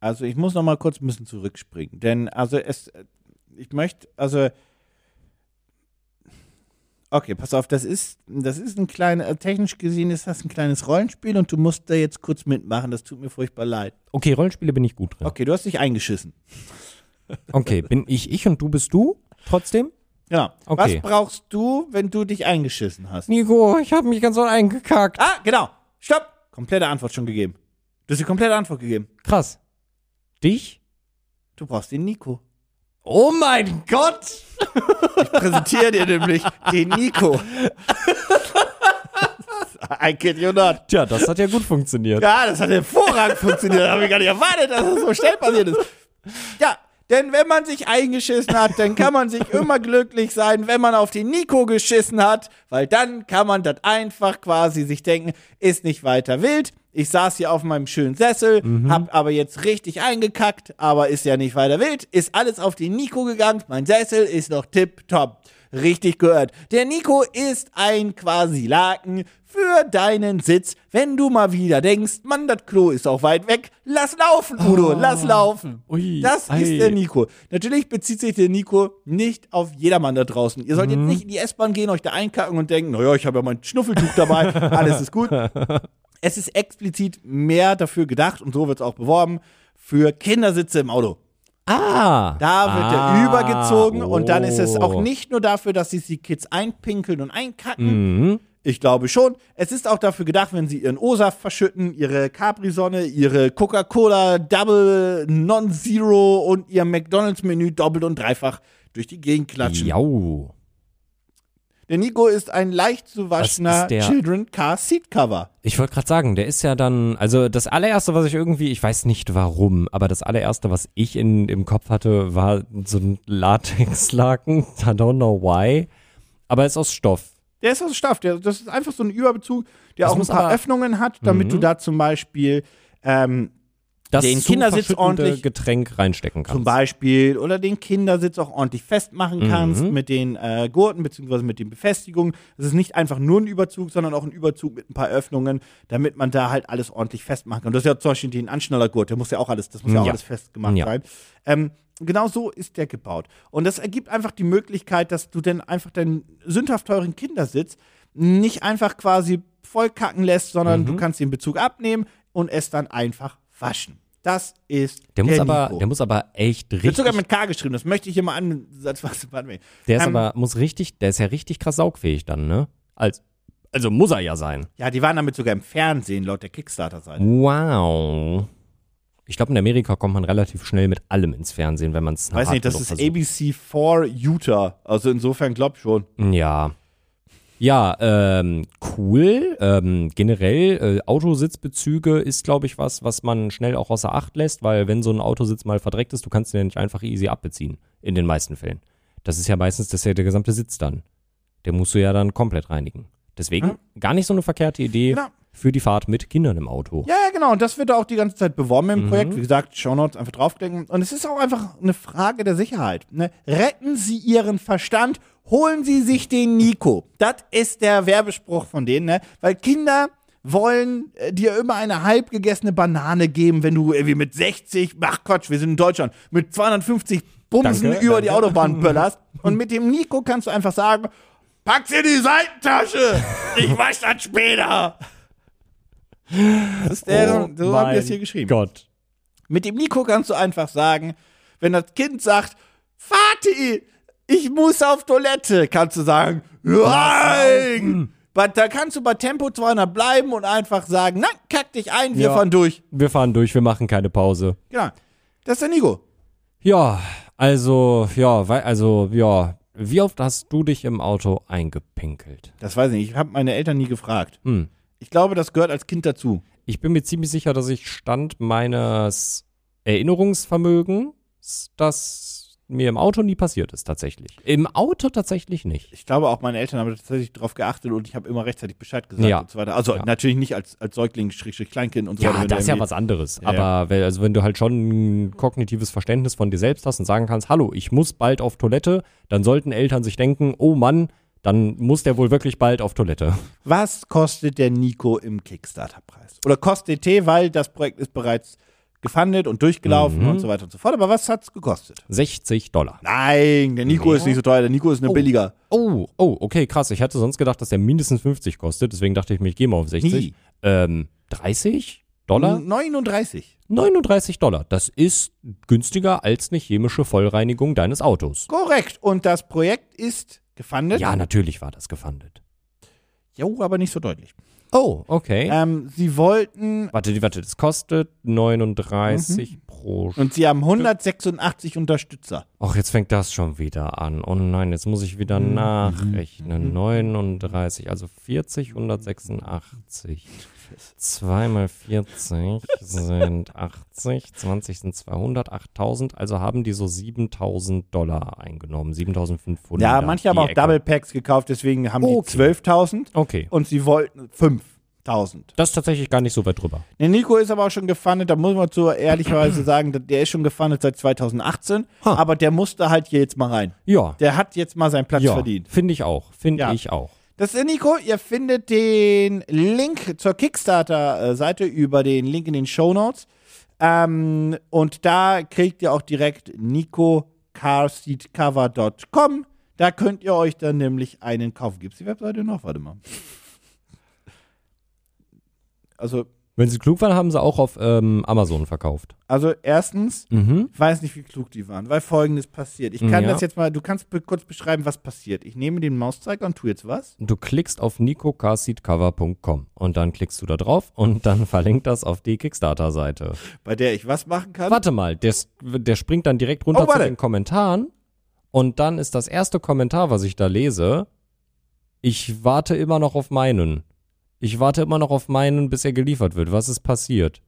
Also ich muss noch mal kurz ein bisschen zurückspringen, denn also es, ich möchte, also okay, pass auf, das ist, das ist ein kleines, technisch gesehen ist das ein kleines Rollenspiel und du musst da jetzt kurz mitmachen. Das tut mir furchtbar leid.
Okay, Rollenspiele bin ich gut drin.
Okay, du hast dich eingeschissen.
Okay, bin ich ich und du bist du? Trotzdem?
Genau.
Okay.
Was brauchst du, wenn du dich eingeschissen hast?
Nico, ich habe mich ganz doll eingekackt.
Ah, genau. Stopp. Komplette Antwort schon gegeben. Du hast die komplette Antwort gegeben.
Krass. Dich?
Du brauchst den Nico.
Oh mein Gott!
Ich präsentiere dir nämlich den Nico. I kid you not.
Tja, das hat ja gut funktioniert.
Ja, das hat hervorragend funktioniert. Habe ich gar nicht erwartet, dass das so schnell passiert ist. Ja, denn wenn man sich eingeschissen hat, dann kann man sich immer glücklich sein, wenn man auf den Nico geschissen hat, weil dann kann man das einfach quasi sich denken, ist nicht weiter wild. Ich saß hier auf meinem schönen Sessel, hab aber jetzt richtig eingekackt, aber ist ja nicht weiter wild. Ist alles auf den Nico gegangen. Mein Sessel ist noch tipptopp. Richtig gehört. Der Nico ist ein quasi Laken für deinen Sitz, wenn du mal wieder denkst, Mann, das Klo ist auch weit weg. Lass laufen, Udo, lass laufen.
Ui,
das
ei.
ist der Nico. Natürlich bezieht sich der Nico nicht auf jedermann da draußen. Ihr sollt
Mhm.
jetzt nicht in die S-Bahn gehen, euch da einkacken und denken, naja, ich habe ja mein Schnuffeltuch dabei, alles ist gut. Es ist explizit mehr dafür gedacht und so wird es auch beworben für Kindersitze im Auto.
Ah!
Da wird
Ah,
er übergezogen und dann ist es auch
oh.
nicht nur dafür, dass sich die Kids einpinkeln und einkacken.
Mhm.
Ich glaube schon. Es ist auch dafür gedacht, wenn sie ihren O-Saft verschütten, ihre Capri-Sonne, ihre Coca-Cola Double Non-Zero und ihr McDonalds-Menü doppelt und dreifach durch die Gegend klatschen.
Jau.
Der Nico ist ein leicht zu waschender
ist der-
Children Car Seat Cover.
Ich wollte gerade sagen, der ist ja dann, also das allererste, was ich irgendwie, ich weiß nicht warum, aber das allererste, was ich in, im Kopf hatte, war so ein Latexlaken. I don't know why. Aber ist aus Stoff.
Der ist aus Stoff. Der, das ist einfach so ein Überbezug, der
Das
auch ein
muss
paar
aber- Mhm.
Öffnungen hat, damit du da zum Beispiel ähm,
Das
Den
zu
Kindersitz
verschüttende
ordentlich-
Getränk reinstecken kannst. Mhm.
Zum Beispiel oder den Kindersitz auch ordentlich festmachen kannst mit den äh, Gurten beziehungsweise mit den Befestigungen. Es ist nicht einfach nur ein Überzug, sondern auch ein Überzug mit ein paar Öffnungen, damit man da halt alles ordentlich festmachen kann. Und das ist ja zum Beispiel den Anschnallergurt, der muss ja auch alles, das muss ja auch
Ja.
alles festgemacht
Ja.
sein. Ähm, genau so ist der gebaut. Und das ergibt einfach die Möglichkeit, dass du dann einfach deinen sündhaft teuren Kindersitz nicht einfach quasi vollkacken lässt, sondern
Mhm.
du kannst den Bezug abnehmen und es dann einfach waschen. Das ist
Der muss, aber,
Nico.
der muss aber echt richtig.
Wird sogar mit K geschrieben, das möchte ich hier mal an. als was- warte mal.
der ist
ähm,
aber, muss richtig, der ist ja richtig krass saugfähig dann, ne? Als, also muss er ja sein.
Ja, die waren damit sogar im Fernsehen laut der Kickstarter-Seite.
Wow. Ich glaube, in Amerika kommt man relativ schnell mit allem ins Fernsehen, wenn man es
Weiß nicht, das ist
versucht.
ABC4 Utah. Also insofern glaub schon.
Ja. Ja, ähm, cool. Ähm, generell, äh, Autositzbezüge ist, glaube ich, was, was man schnell auch außer Acht lässt, weil wenn so ein Autositz mal verdreckt ist, du kannst den ja nicht einfach easy abbeziehen. In den meisten Fällen. Das ist ja meistens das ist ja der gesamte Sitz dann. Den musst du ja dann komplett reinigen. Deswegen
Hm?
gar nicht so eine verkehrte Idee
Genau.
für die Fahrt mit Kindern im Auto.
Ja, ja, genau. Und das wird auch die ganze Zeit beworben
Mhm.
im Projekt. Wie gesagt, Shownotes einfach draufklicken. Und es ist auch einfach eine Frage der Sicherheit. Ne? Retten Sie Ihren Verstand, holen Sie sich den Nico. Das ist der Werbespruch von denen, ne? Weil Kinder wollen äh, dir immer eine halbgegessene Banane geben, wenn du irgendwie mit 60, ach Quatsch, wir sind in Deutschland, mit 250 Bumsen
Danke,
über
danke.
die Autobahn böllerst. Und mit dem Nico kannst du einfach sagen, pack's in die Seitentasche, ich wasch das später. Das ist der, so haben wir es hier geschrieben.
Oh Gott.
Mit dem Nico kannst du einfach sagen, wenn das Kind sagt, Vati, ich muss auf Toilette, kannst du sagen, nein! Aber Da kannst du bei Tempo 200 bleiben und einfach sagen, nein, kack dich ein, wir
Ja.
fahren durch.
Wir fahren durch, wir machen keine Pause.
Genau. Das ist der Nico.
Ja, also, ja, wei- also, ja. Wie oft hast du dich im Auto eingepinkelt?
Das weiß ich nicht, ich habe meine Eltern nie gefragt.
Hm.
Ich glaube, das gehört als Kind dazu.
Ich bin mir ziemlich sicher, dass ich Stand meines Erinnerungsvermögens, das mir im Auto nie passiert ist, tatsächlich. Im Auto tatsächlich nicht.
Ich glaube, auch meine Eltern haben tatsächlich darauf geachtet und ich habe immer rechtzeitig Bescheid gesagt
Ja.
und so weiter. Also
Ja.
natürlich nicht als, als Säugling, Schrägstrich Kleinkind und so weiter.
Ja,
wenn
das ist
du
ja
irgendwie-
was anderes.
ja.
Aber wenn- also wenn du halt schon ein kognitives Verständnis von dir selbst hast und sagen kannst, hallo, ich muss bald auf Toilette, dann sollten Eltern sich denken, oh Mann, dann muss der wohl wirklich bald auf Toilette.
Was kostet der Nico im Kickstarter-Preis? Oder kostet T, weil das Projekt ist bereits gefundet und durchgelaufen
Mhm.
und so weiter und so fort. Aber was hat's gekostet?
60 Dollar.
Nein, der Nico ist nicht so teuer, der Nico ist eine billiger.
Oh, oh, okay, krass. Ich hatte sonst gedacht, dass der mindestens 50 kostet. Deswegen dachte ich mir, ich gehe mal auf 60.
Nie.
Ähm, 30 Dollar?
39.
39 Dollar. Das ist günstiger als eine chemische Vollreinigung deines Autos.
Korrekt. Und das Projekt ist gefundet.
Ja, natürlich war das gefundet.
Jo, aber nicht so deutlich.
Oh, okay.
Ähm, sie wollten
warte, die- warte, das kostet 39 pro Sch
und sie haben 186 Unterstützer.
Ach, jetzt fängt das schon wieder an. Oh nein, jetzt muss ich
Mhm.
wieder nachrechnen. 39, also 40, 186. 2 mal 40 sind 80, 20 sind 200, 8000. Also haben die so 7000 Dollar eingenommen, 7500.
Ja, manche haben
die
auch
Ecke.
Double Packs gekauft, deswegen haben
Okay.
die 12.000
Okay.
und sie wollten 5. 1000.
Das ist tatsächlich gar nicht so weit drüber.
Der Nico ist aber auch schon gefundet, da muss man zu ehrlicherweise sagen, der ist schon gefundet seit 2018,
Ha.
aber der musste halt hier jetzt mal rein.
Ja.
Der hat jetzt mal seinen Platz
ja.
verdient.
Finde ich auch. Finde
Ja.
ich auch.
Das ist Nico, ihr findet den Link zur Kickstarter-Seite über den Link in den Show Notes. Ähm, und da kriegt ihr auch direkt nicocarseatcover.com. Da könnt ihr euch dann nämlich einen kaufen. Gibt es die Webseite noch? Warte mal. Also,
Wenn sie klug waren, haben sie auch auf ähm, Amazon verkauft.
also erstens,
Mhm.
ich weiß nicht, wie klug die waren, weil folgendes passiert. Ich kann
Ja.
das jetzt mal, du kannst be kurz beschreiben, was passiert. Ich nehme den Mauszeiger und tue jetzt was.
Du klickst auf nicocarseatcover.com und dann klickst du da drauf und dann verlinkt das auf die Kickstarter-Seite.
Bei der ich was machen kann.
Warte mal, der, der springt dann direkt runter
Oh,
zu
warte.
den Kommentaren und dann ist das erste Kommentar, was ich da lese, ich warte immer noch auf meinen. Ich warte immer noch auf meinen, bis er geliefert wird. Was ist passiert?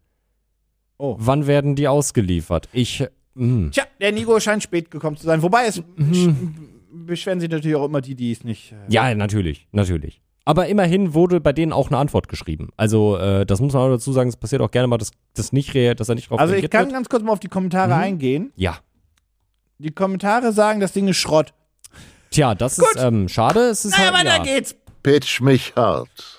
Oh.
Wann werden die ausgeliefert? Ich, hm. mh,
Tja, der Nico scheint spät gekommen zu sein. Wobei es
Mhm.
sch- beschweren sich natürlich auch immer die, die es nicht. äh,
ja, natürlich, natürlich. Aber immerhin wurde bei denen auch eine Antwort geschrieben. Also äh, das muss man auch dazu sagen. Es passiert auch gerne mal, dass, dass, nicht, rea- dass er nicht drauf
Also ich
reagiert
kann
wird.
ganz kurz mal auf die Kommentare
Mhm.
eingehen.
Ja.
Die Kommentare sagen, das Ding ist Schrott.
Tja, das ist ähm, schade. Es ist halt, ja.
geht's.
Pitch mich hart.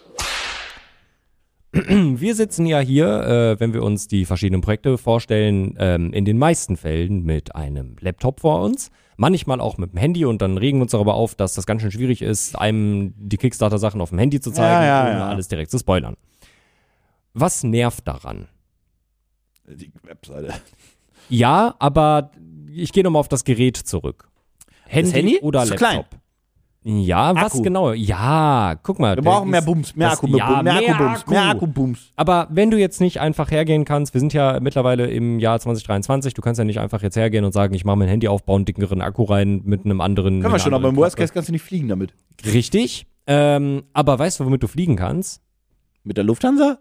Hm, Wir sitzen ja hier, äh, wenn wir uns die verschiedenen Projekte vorstellen, ähm, in den meisten Fällen mit einem Laptop vor uns, manchmal auch mit dem Handy und dann regen wir uns darüber auf, dass das ganz schön schwierig ist, einem die Kickstarter-Sachen auf dem Handy zu zeigen,
Ja, ja,
ohne
ja.
alles direkt zu spoilern. Was nervt daran?
Die Webseite.
Ja, aber ich gehe nochmal auf das Gerät zurück. Handy,
Handy?
oder
Ist zu
Laptop?
klein.
Ja, was
Akku.
genau? Ja, guck mal.
Wir
der
brauchen mehr
ist-
Bums, mehr
das-
Akku, mehr,
ja,
Bums, mehr,
mehr
Akkubums, mehr
Akku.
Akkubums.
Aber wenn du jetzt nicht einfach hergehen kannst, wir sind ja mittlerweile im Jahr 2023, du kannst ja nicht einfach jetzt hergehen und sagen, ich mache mein Handy auf, baue einen dickeren Akku rein mit einem anderen.
Können wir
mit
schon,
einer
aber im
anderen
Worst
Klappe.
Case kannst du nicht fliegen damit.
Richtig. Ähm, aber weißt du, womit du fliegen kannst?
Mit der Lufthansa?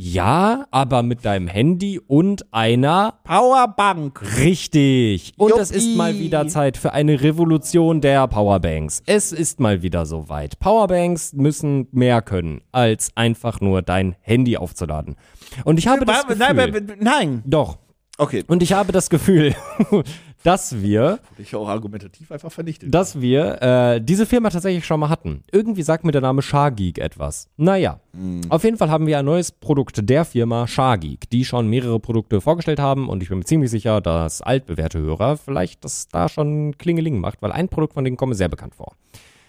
Ja, aber mit deinem Handy und einer.
Powerbank.
Richtig. Und es ist
Juppie.
mal wieder Zeit für eine Revolution der Powerbanks. Es ist mal wieder soweit. Powerbanks müssen mehr können, als einfach nur dein Handy aufzuladen. Und ich habe das Gefühl,
Nein, nein, nein.
doch,
Okay.
Und ich habe das Gefühl, dass wir,
Ich auch argumentativ einfach vernichtet.
dass wir äh, diese Firma tatsächlich schon mal hatten. Irgendwie sagt mir der Name Shargeek etwas. Naja, auf jeden Fall haben wir ein neues Produkt der Firma Shargeek, die schon mehrere Produkte vorgestellt haben und ich bin mir ziemlich sicher, dass altbewährte Hörer vielleicht das da schon Klingeling macht, weil ein Produkt von denen komme sehr bekannt vor.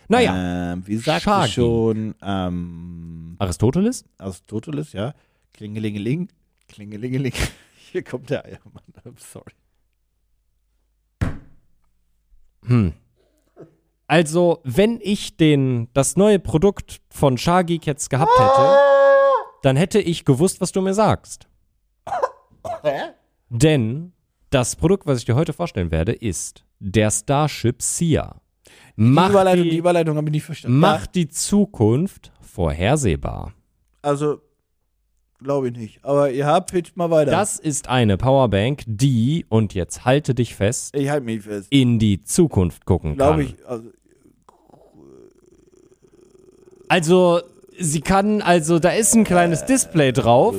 Naja,
Ähm, wie sagt
Schagi.
schon ähm,
Aristoteles?
Aristoteles, ja. Klingelingeling, klingelingeling. Hier kommt der Eiermann. I'm sorry.
Also, wenn ich den, das neue Produkt von Shargeek jetzt gehabt hätte, dann hätte ich gewusst, was du mir sagst. Denn das Produkt, was ich dir heute vorstellen werde, ist der Starship Sia.
die
Macht
Überleitung, die,
die,
Überleitung habe ich nicht verstanden.
macht die Zukunft vorhersehbar.
Ja, also, glaube ich nicht. Aber ihr habt pitcht mal weiter.
Das ist eine Powerbank, die, und jetzt halte dich fest,
ich halte mich fest.
in die Zukunft gucken kann.
Glaube ich. Also,
Also, sie kann, also, da ist ein kleines Display drauf.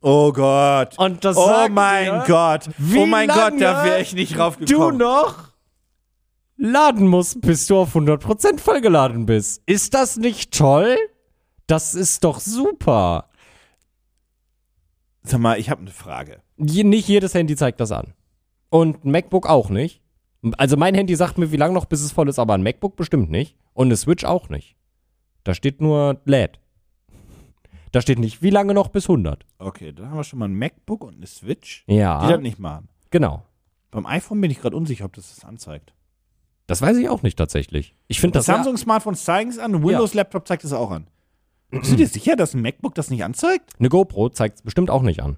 oh Gott.
Und das
oh
sagt
mein
dir,
Gott.
wie
oh mein
lange
Gott, da wäre ich nicht drauf
du
gekommen.
noch laden musst, bis du auf 100% vollgeladen bist. Ist das nicht toll? Das ist doch super.
Sag mal, ich habe eine Frage.
Je, nicht jedes Handy zeigt das an. Und ein MacBook auch nicht. Also mein Handy sagt mir, wie lange noch, bis es voll ist, aber ein MacBook bestimmt nicht. Und eine Switch auch nicht. Da steht nur lädt. Da steht nicht, wie lange noch bis 100.
Okay, dann haben wir schon mal ein MacBook und eine Switch, die
Ja,
das nicht machen.
genau.
Beim iPhone bin ich gerade unsicher, ob das das anzeigt.
Das weiß ich auch nicht tatsächlich. Ich finde das ja-
Samsung-Smartphones zeigen es an, Windows-Laptop zeigt es auch an. Bist du dir sicher, dass ein MacBook das nicht anzeigt?
Eine GoPro zeigt es bestimmt auch nicht an.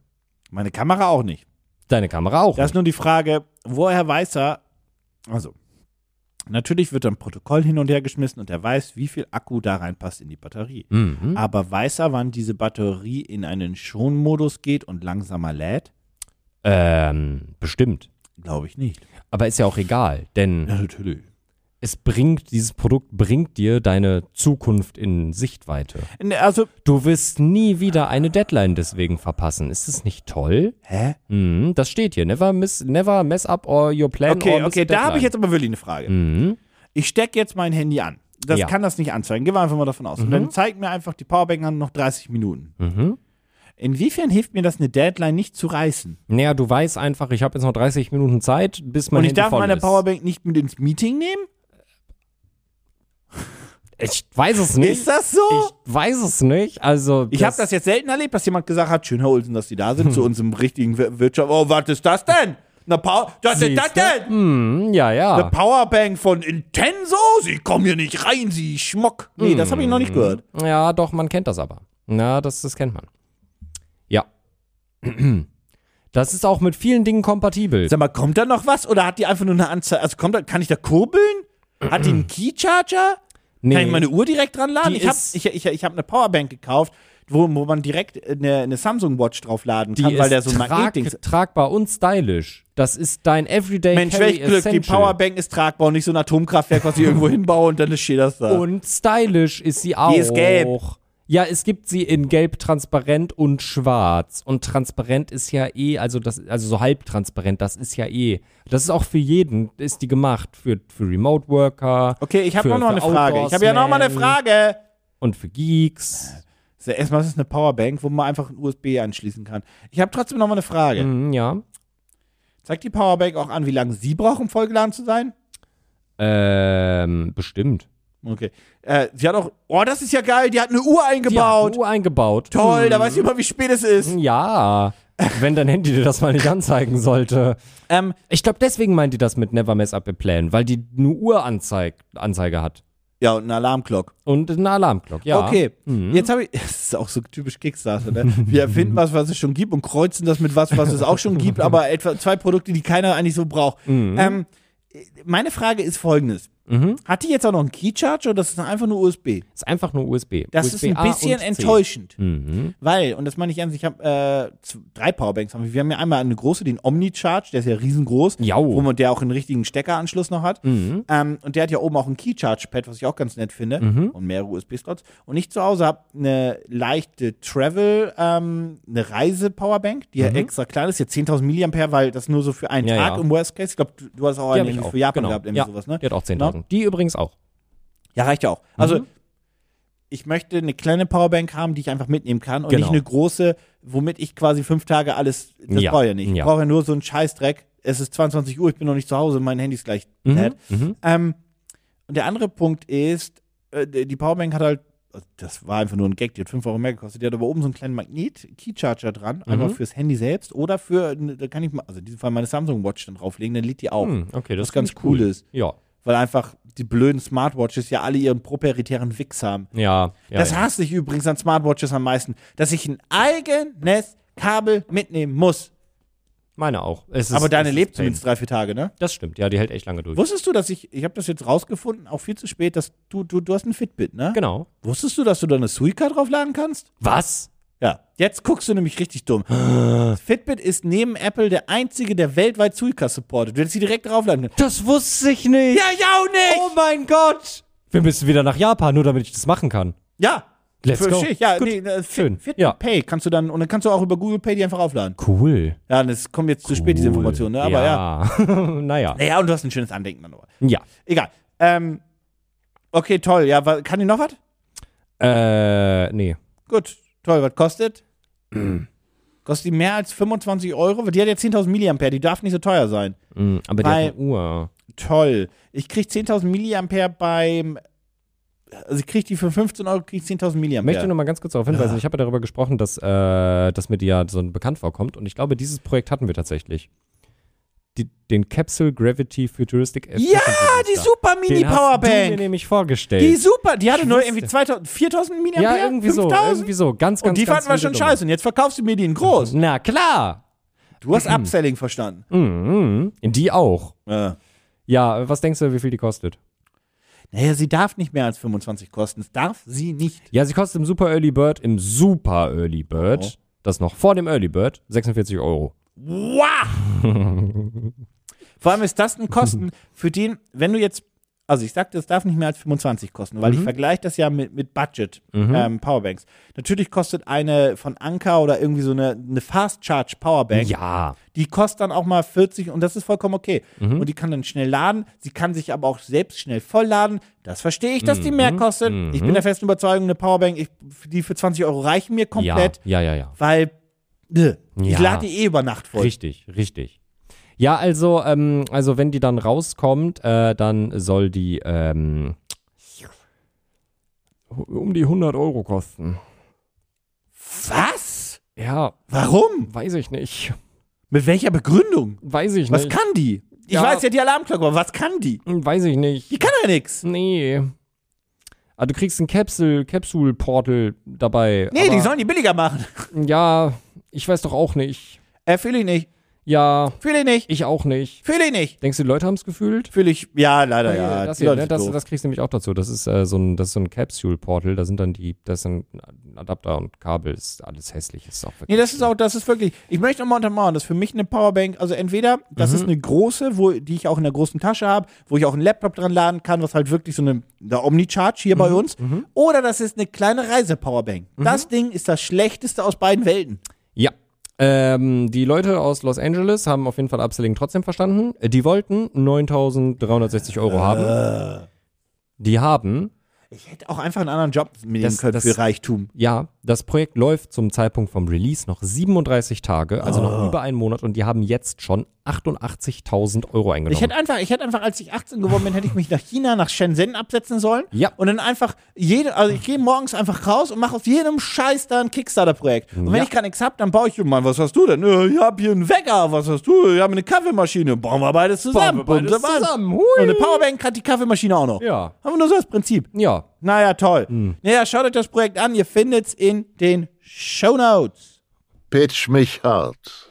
Meine Kamera auch nicht.
Deine Kamera auch.
Da ist nur die Frage, woher weiß er, also, natürlich wird dann Protokoll hin und her geschmissen und er weiß, wie viel Akku da reinpasst in die Batterie.
Mhm.
Aber weiß er, wann diese Batterie in einen Schonmodus geht und langsamer lädt?
Ähm, bestimmt.
Glaube ich nicht.
Aber ist ja auch egal, denn
natürlich.
es bringt, dieses Produkt bringt dir deine Zukunft in Sichtweite.
Ne, Also,
Du wirst nie wieder eine Deadline deswegen verpassen. Ist es nicht toll?
hä?
Mhm, das steht hier. Never miss, never mess up or your plan. or
Okay,
miss
okay,
the
da habe ich
deadline.
jetzt aber wirklich eine Frage.
Mhm.
Ich stecke jetzt mein Handy an. Das
Ja.
kann das nicht anzeigen. Gehen wir einfach mal davon aus. Und dann zeigt mir einfach die Powerbank an noch 30 Minuten.
Mhm.
Inwiefern hilft mir das, eine Deadline nicht zu reißen?
Naja, du weißt einfach, ich habe jetzt noch 30 Minuten Zeit, bis mein
Und ich
Handy
darf
voll
meine
ist.
Powerbank nicht mit ins Meeting nehmen?
Ich weiß es nicht.
Ist das so?
Ich weiß es nicht. Also
Ich habe das jetzt selten erlebt, dass jemand gesagt hat, schön, Herr Olsen, dass Sie da sind zu unserem richtigen Wir- Wirtschaft. Oh, was ist das denn? Eine Power was ist das denn?
Hm, ja,
Eine
ja.
Powerbank von Intenso? Sie kommen hier nicht rein, Sie Schmuck. Nee, das habe ich noch nicht
Mhm.
gehört.
Ja, doch, man kennt das aber. Na, das, das kennt man. Ja. Das ist auch mit vielen Dingen kompatibel.
Sag mal, kommt da noch was oder hat die einfach nur eine Anzeige? Also kommt da, kann ich da kurbeln? Hat die einen Keycharger?
Mhm. Nee.
Kann ich meine Uhr direkt dran laden?
Die
Ich habe
ist-
ich, ich, ich hab eine Powerbank gekauft, wo, wo man direkt eine, eine Samsung Watch draufladen kann,
Die
weil
ist
der so ein
trag
Magnetding ist.
tragbar und stylisch. Das ist dein Everyday
Mensch,
Carry
welch Glück,
Essential.
die Powerbank ist tragbar und nicht so ein Atomkraftwerk, was ich irgendwo hinbaue und dann ist steht das da.
Und stylisch ist sie auch.
ist gelb.
Ja, es gibt sie in gelb, transparent und schwarz. Und transparent ist ja eh, also das, also so halbtransparent, das ist ja eh. Das ist auch für jeden, ist die gemacht. Für, für Remote Worker.
okay, ich habe
für-
noch mal
für
eine Frage. Ich habe ja noch mal eine
Outdoorsmen
Frage.
Und für Geeks.
So, Erstmal ist es eine Powerbank, wo man einfach ein USB anschließen kann. Ich habe trotzdem noch mal eine Frage.
Mhm, ja.
Zeigt die Powerbank auch an, wie lange sie braucht, um vollgeladen zu sein?
Ähm, bestimmt.
Okay. Äh, sie hat auch. Oh, das ist ja geil. Die hat eine Uhr
Ja,
eingebaut.
Uhr Mhm. eingebaut.
Toll, da weiß ich immer, wie spät es ist.
Ja. Wenn dein Handy dir das mal nicht anzeigen sollte.
Ähm,
Ich glaube, deswegen meint die das mit Never Mess Up a Plan, weil die eine Uhranzeige Anzeige hat.
ja, und eine Alarmglock.
Und eine Alarmglock, ja. Mhm.
Okay. Jetzt habe ich. Das ist auch so typisch Kickstarter, ne? Wir erfinden was, was es schon gibt und kreuzen das mit was, was es auch schon gibt, aber etwa zwei Produkte, die keiner eigentlich so braucht.
Mhm.
Ähm, meine Frage ist folgendes. Hat die jetzt auch noch einen Keycharger oder ist es einfach nur USB?
Ist einfach nur USB.
Das
USB
ist ein
A
bisschen
und C.
enttäuschend.
Mhm.
Weil, und das meine ich ernst, ich habe äh, z- drei Powerbanks. haben Wir Wir haben ja einmal eine große, den Omnicharge, der ist ja riesengroß,
Jau. Mhm.
wo man der auch einen richtigen Steckeranschluss noch hat. Ähm, und der hat ja oben auch ein Keycharge-Pad, was ich auch ganz nett finde.
Mhm.
Und mehrere USB-Slots. Und ich zu Hause habe eine leichte Travel, ähm, eine Reise-Powerbank, die ja extra klein ist, ja 10.000 mAh, weil das nur so für einen
Mhm. Ja,
Tag
ja.
im Worst Case. Ich glaube, du, du hast auch eine
Die habe ich
irgendwie
auch.
für Japan
genau.
gehabt, irgendwie
ja.
sowas, ne?
Die hat auch 10.000. Die übrigens auch.
Ja, reicht ja auch. Also,
Mhm.
ich möchte eine kleine Powerbank haben, die ich einfach mitnehmen kann und
Genau.
nicht eine große, womit ich quasi fünf Tage alles. Das
Ja,
brauche ich ja nicht. Ich
ja.
brauche ja nur so einen Scheißdreck. Es ist 22 Uhr, ich bin noch nicht zu Hause, mein Handy ist gleich dead.
Mhm.
Ähm, und der andere Punkt ist, äh, die Powerbank hat halt, das war einfach nur ein Gag, die hat 5 Euro mehr gekostet, die hat aber oben so einen kleinen Magnet-Keycharger dran,
Mhm.
einmal fürs Handy selbst oder für, da kann ich, mal- also in diesem Fall meine Samsung Watch dann drauflegen, dann liegt die auch.
Hm, okay, das
Was ganz
finde ich cool.
cool ist.
Ja.
Weil einfach die blöden Smartwatches ja alle ihren proprietären Wichs haben.
Ja. ja
das
ja.
hasse ich übrigens an Smartwatches am meisten, dass ich ein eigenes Kabel mitnehmen muss.
Meine auch. Es ist,
Aber deine
es ist
lebt
Pain.
zumindest drei, vier Tage, ne?
Das stimmt, ja, die hält echt lange durch.
Wusstest du, dass ich, ich habe das jetzt rausgefunden, auch viel zu spät, dass du, du, du hast ein Fitbit, ne?
Genau.
Wusstest du, dass du da eine Suica draufladen kannst?
Was?
Ja. Jetzt guckst du nämlich richtig dumm. Fitbit ist neben Apple der einzige, der weltweit Suica supportet. Du hättest sie direkt draufladen können.
Das wusste ich nicht.
Ja, ja auch nicht!
Oh mein Gott. Wir müssen wieder nach Japan, nur damit ich das machen kann.
Ja.
Let's
Für
go.
Schicht, Ja,
Gut.
nee, äh, Fit,
Schön.
Fit
Ja.
Pay kannst du dann und dann kannst du auch über Google Pay die einfach aufladen.
Cool.
Ja, und es kommt jetzt zu spät diese Information, ne? Aber ja.
ja. naja.
Naja, und du hast ein schönes Andenken dann aber.
Ja.
Egal. Ähm, okay, toll. Ja, wa- kann die noch was?
Äh, nee.
Gut. Toll, was kostet?
Mm.
kostet die mehr als 25 Euro? Die hat ja 10.000 Milliampere, die darf nicht so teuer sein.
Hm, Aber die
Bei-
hat eine Uhr.
Toll. Ich krieg 10.000 Milliampere beim also ich krieg die für 15 Euro, krieg ich 10.000
Ich möchte
Milliampere.
nur mal ganz kurz darauf hinweisen, ich habe ja darüber gesprochen, dass, äh, dass mir die ja so bekannt vorkommt und ich glaube, dieses Projekt hatten wir tatsächlich. Die, den Capsule Gravity Futuristic
Ja, die super
Den hast du mir
Mini-Powerbank.
nämlich vorgestellt.
Die super, die hatte
Ich
nur
wusste.
irgendwie 2000, 4000 Milliampere?
ja, irgendwie so,
5000?
irgendwie so, ganz, ganz,
Und die
ganz
fanden wir schon
wilde Nummer.
scheiße und jetzt verkaufst du mir die in groß.
Na klar,
Du hast Upselling verstanden.
mhm. die auch.
Ja.
Ja, äh, was denkst du, wie viel die kostet?
Naja, sie darf nicht mehr als 25 kosten. Das darf sie nicht.
Ja, sie kostet im Super Early Bird, im Super Early
Oh.
Bird, das noch vor dem Early Bird, 46 Euro.
Wow! Vor allem ist das ein Kosten, für den, wenn du jetzt also ich sagte, es darf nicht mehr als 25 kosten, weil ich
Mhm.
vergleiche das ja mit, mit Budget ähm, Powerbanks. Natürlich kostet eine von Anker oder irgendwie so eine, eine Fast Charge Powerbank,
Ja.
die kostet dann auch mal 40 und das ist vollkommen okay.
Mhm.
Und die kann dann schnell laden, sie kann sich aber auch selbst schnell vollladen. Das verstehe ich, dass die
Mhm.
mehr kostet. Ich bin der festen Überzeugung, eine Powerbank, ich, die für 20 Euro reichen mir komplett,
Ja, ja, ja, ja.
weil äh, ich
Ja.
lade die eh über Nacht voll.
Richtig, richtig. Ja, also, ähm, also wenn die dann rauskommt, äh, dann soll die ähm, um die 100 Euro kosten.
Was?
Ja,
Warum?
weiß ich nicht.
Mit welcher Begründung?
Weiß ich
Was
nicht.
kann die? Ich
Ja.
weiß ja die Alarmglocke, aber was kann die?
Weiß ich nicht.
Die kann ja nichts.
Nee. Ah, du kriegst ein Capsule, Capsule Portal dabei.
Nee,
aber,
die sollen die billiger machen.
Ja, ich weiß doch auch nicht.
Äh, fühle ich nicht.
Ja,
Fühle ich nicht.
ich auch nicht.
Fühle ich nicht.
Denkst du, die Leute haben es gefühlt?
Fühle ich. Ja, leider, ja.
das,
Die
hier,
Leute
ne,
sind
das,
doof.
das kriegst du nämlich auch dazu. Das ist, äh, so ein, das ist so ein Capsule-Portal. Da sind dann die, das sind Adapter und Kabel. Ist alles hässlich. Ist auch
Nee,
wirklich.
das ist auch, das ist wirklich, ich möchte nochmal untermauern, dass für mich eine Powerbank, also entweder, das ist eine große, wo, die ich auch in der großen Tasche habe, wo ich auch einen Laptop dran laden kann, was halt wirklich so eine, eine Omnicharge hier bei uns, oder das ist eine kleine Reise-Powerbank. Das Ding ist das schlechteste aus beiden Welten.
Ja. Ähm, die Leute aus Los Angeles haben auf jeden Fall Upselling trotzdem verstanden. Äh, Die wollten 9.360 Euro haben.
Äh.
Die haben,
Ich hätte auch einfach einen anderen Job mitnehmen
Das-
können
das-
für Reichtum.
ja, das Projekt läuft zum Zeitpunkt vom Release noch 37 Tage, also
Ah.
noch über einen Monat und die haben jetzt schon 88.000 Euro eingenommen.
Ich hätte einfach, ich hätte einfach, als ich 18 geworden bin, hätte ich mich nach China, nach Shenzhen absetzen sollen.
Ja.
Und dann einfach jede, also ich gehe morgens einfach raus und mache aus jedem Scheiß da ein Kickstarter-Projekt. Und wenn
Ja.
ich gar nichts hab, dann baue ich, Mann, was hast du denn? Äh, Ich hab hier einen Wecker, was hast du? Ich hab eine Kaffeemaschine. Bauen wir beides zusammen.
Bauen wir beides
Bunte Mann.
zusammen. Hui.
Und eine Powerbank hat die Kaffeemaschine auch noch.
Ja.
Haben wir nur so das Prinzip.
ja,
Naja, toll. Naja, schaut euch das Projekt an. Ihr findet's in den Shownotes.
Pitch mich hart.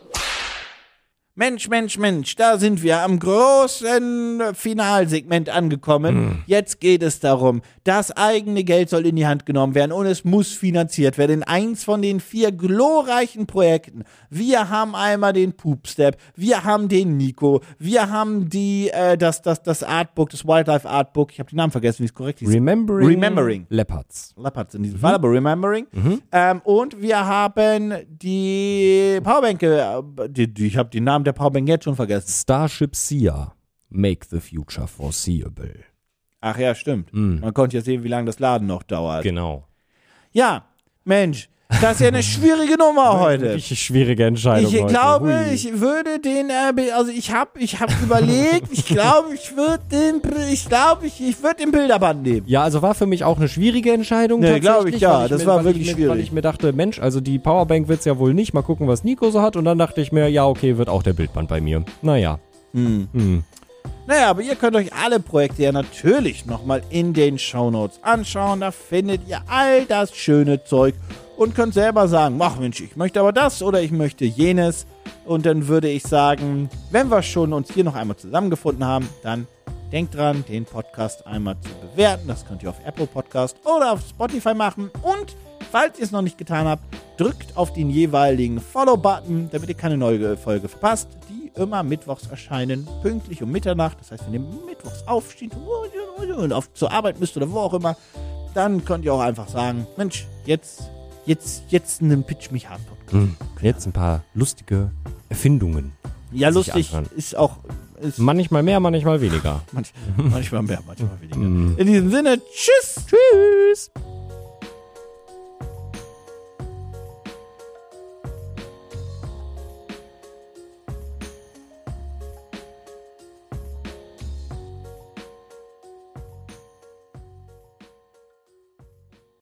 Mensch, Mensch, Mensch, da sind wir am großen Finalsegment angekommen. Jetzt geht es darum, das eigene Geld soll in die Hand genommen werden und es muss finanziert werden. In eins von den vier glorreichen Projekten. Wir haben einmal den Poopstep, wir haben den Nico, wir haben die, äh, das, das, das Artbook, das Wildlife Artbook. Ich habe den Namen vergessen, wie es korrekt hieß.
Remembering,
Remembering.
Leopards.
Lappertz in diesem Fall, aber Remembering. Ähm, und wir haben die Powerbanke, äh, die, die, ich habe den Namen der Powerbank jetzt schon vergessen.
Starship Sia. Make the future foreseeable.
Ach ja, stimmt.
Hm.
Man konnte ja sehen, wie lange das Laden noch dauert.
Genau.
ja, Mensch, das ist ja eine schwierige Nummer heute.
Wirklich schwierige Entscheidung.
Ich
heute.
glaube,
Hui.
ich würde den, äh, be- also ich habe ich hab überlegt, ich glaube, ich würde den, ich glaube, ich, ich würde den Bilderband nehmen.
Ja, also war für mich auch eine schwierige Entscheidung.
Nee,
tatsächlich,
glaub ich, ja.
weil
Das
mir,
war
weil
wirklich
ich mir, Weil
schwierig.
ich mir dachte, Mensch, also die Powerbank wird's ja wohl nicht. Mal gucken, was Nico so hat. Und dann dachte ich mir, ja, okay, wird auch der Bildband bei mir. Naja.
Naja, aber ihr könnt euch alle Projekte ja natürlich nochmal in den Shownotes anschauen. Da findet ihr all das schöne Zeug und könnt selber sagen, ach Mensch, ich möchte aber das oder ich möchte jenes. Und dann würde ich sagen, wenn wir schon uns hier noch einmal zusammengefunden haben, dann denkt dran, den Podcast einmal zu bewerten. Das könnt ihr auf Apple Podcast oder auf Spotify machen. Und falls ihr es noch nicht getan habt, drückt auf den jeweiligen Follow-Button, damit ihr keine neue Folge verpasst. Die immer mittwochs erscheinen, pünktlich um Mitternacht. Das heißt, wenn ihr mittwochs aufsteht und auf zur Arbeit müsst oder wo auch immer, dann könnt ihr auch einfach sagen, Mensch, jetzt, jetzt, jetzt einen Pitch mich hart Podcast.
Hm. Jetzt ein paar lustige Erfindungen.
Ja,
Sich
lustig
anhören.
ist auch, ist
Manchmal mehr, manchmal weniger.
manch, manchmal mehr, manchmal weniger. In diesem Sinne, tschüss! Tschüss!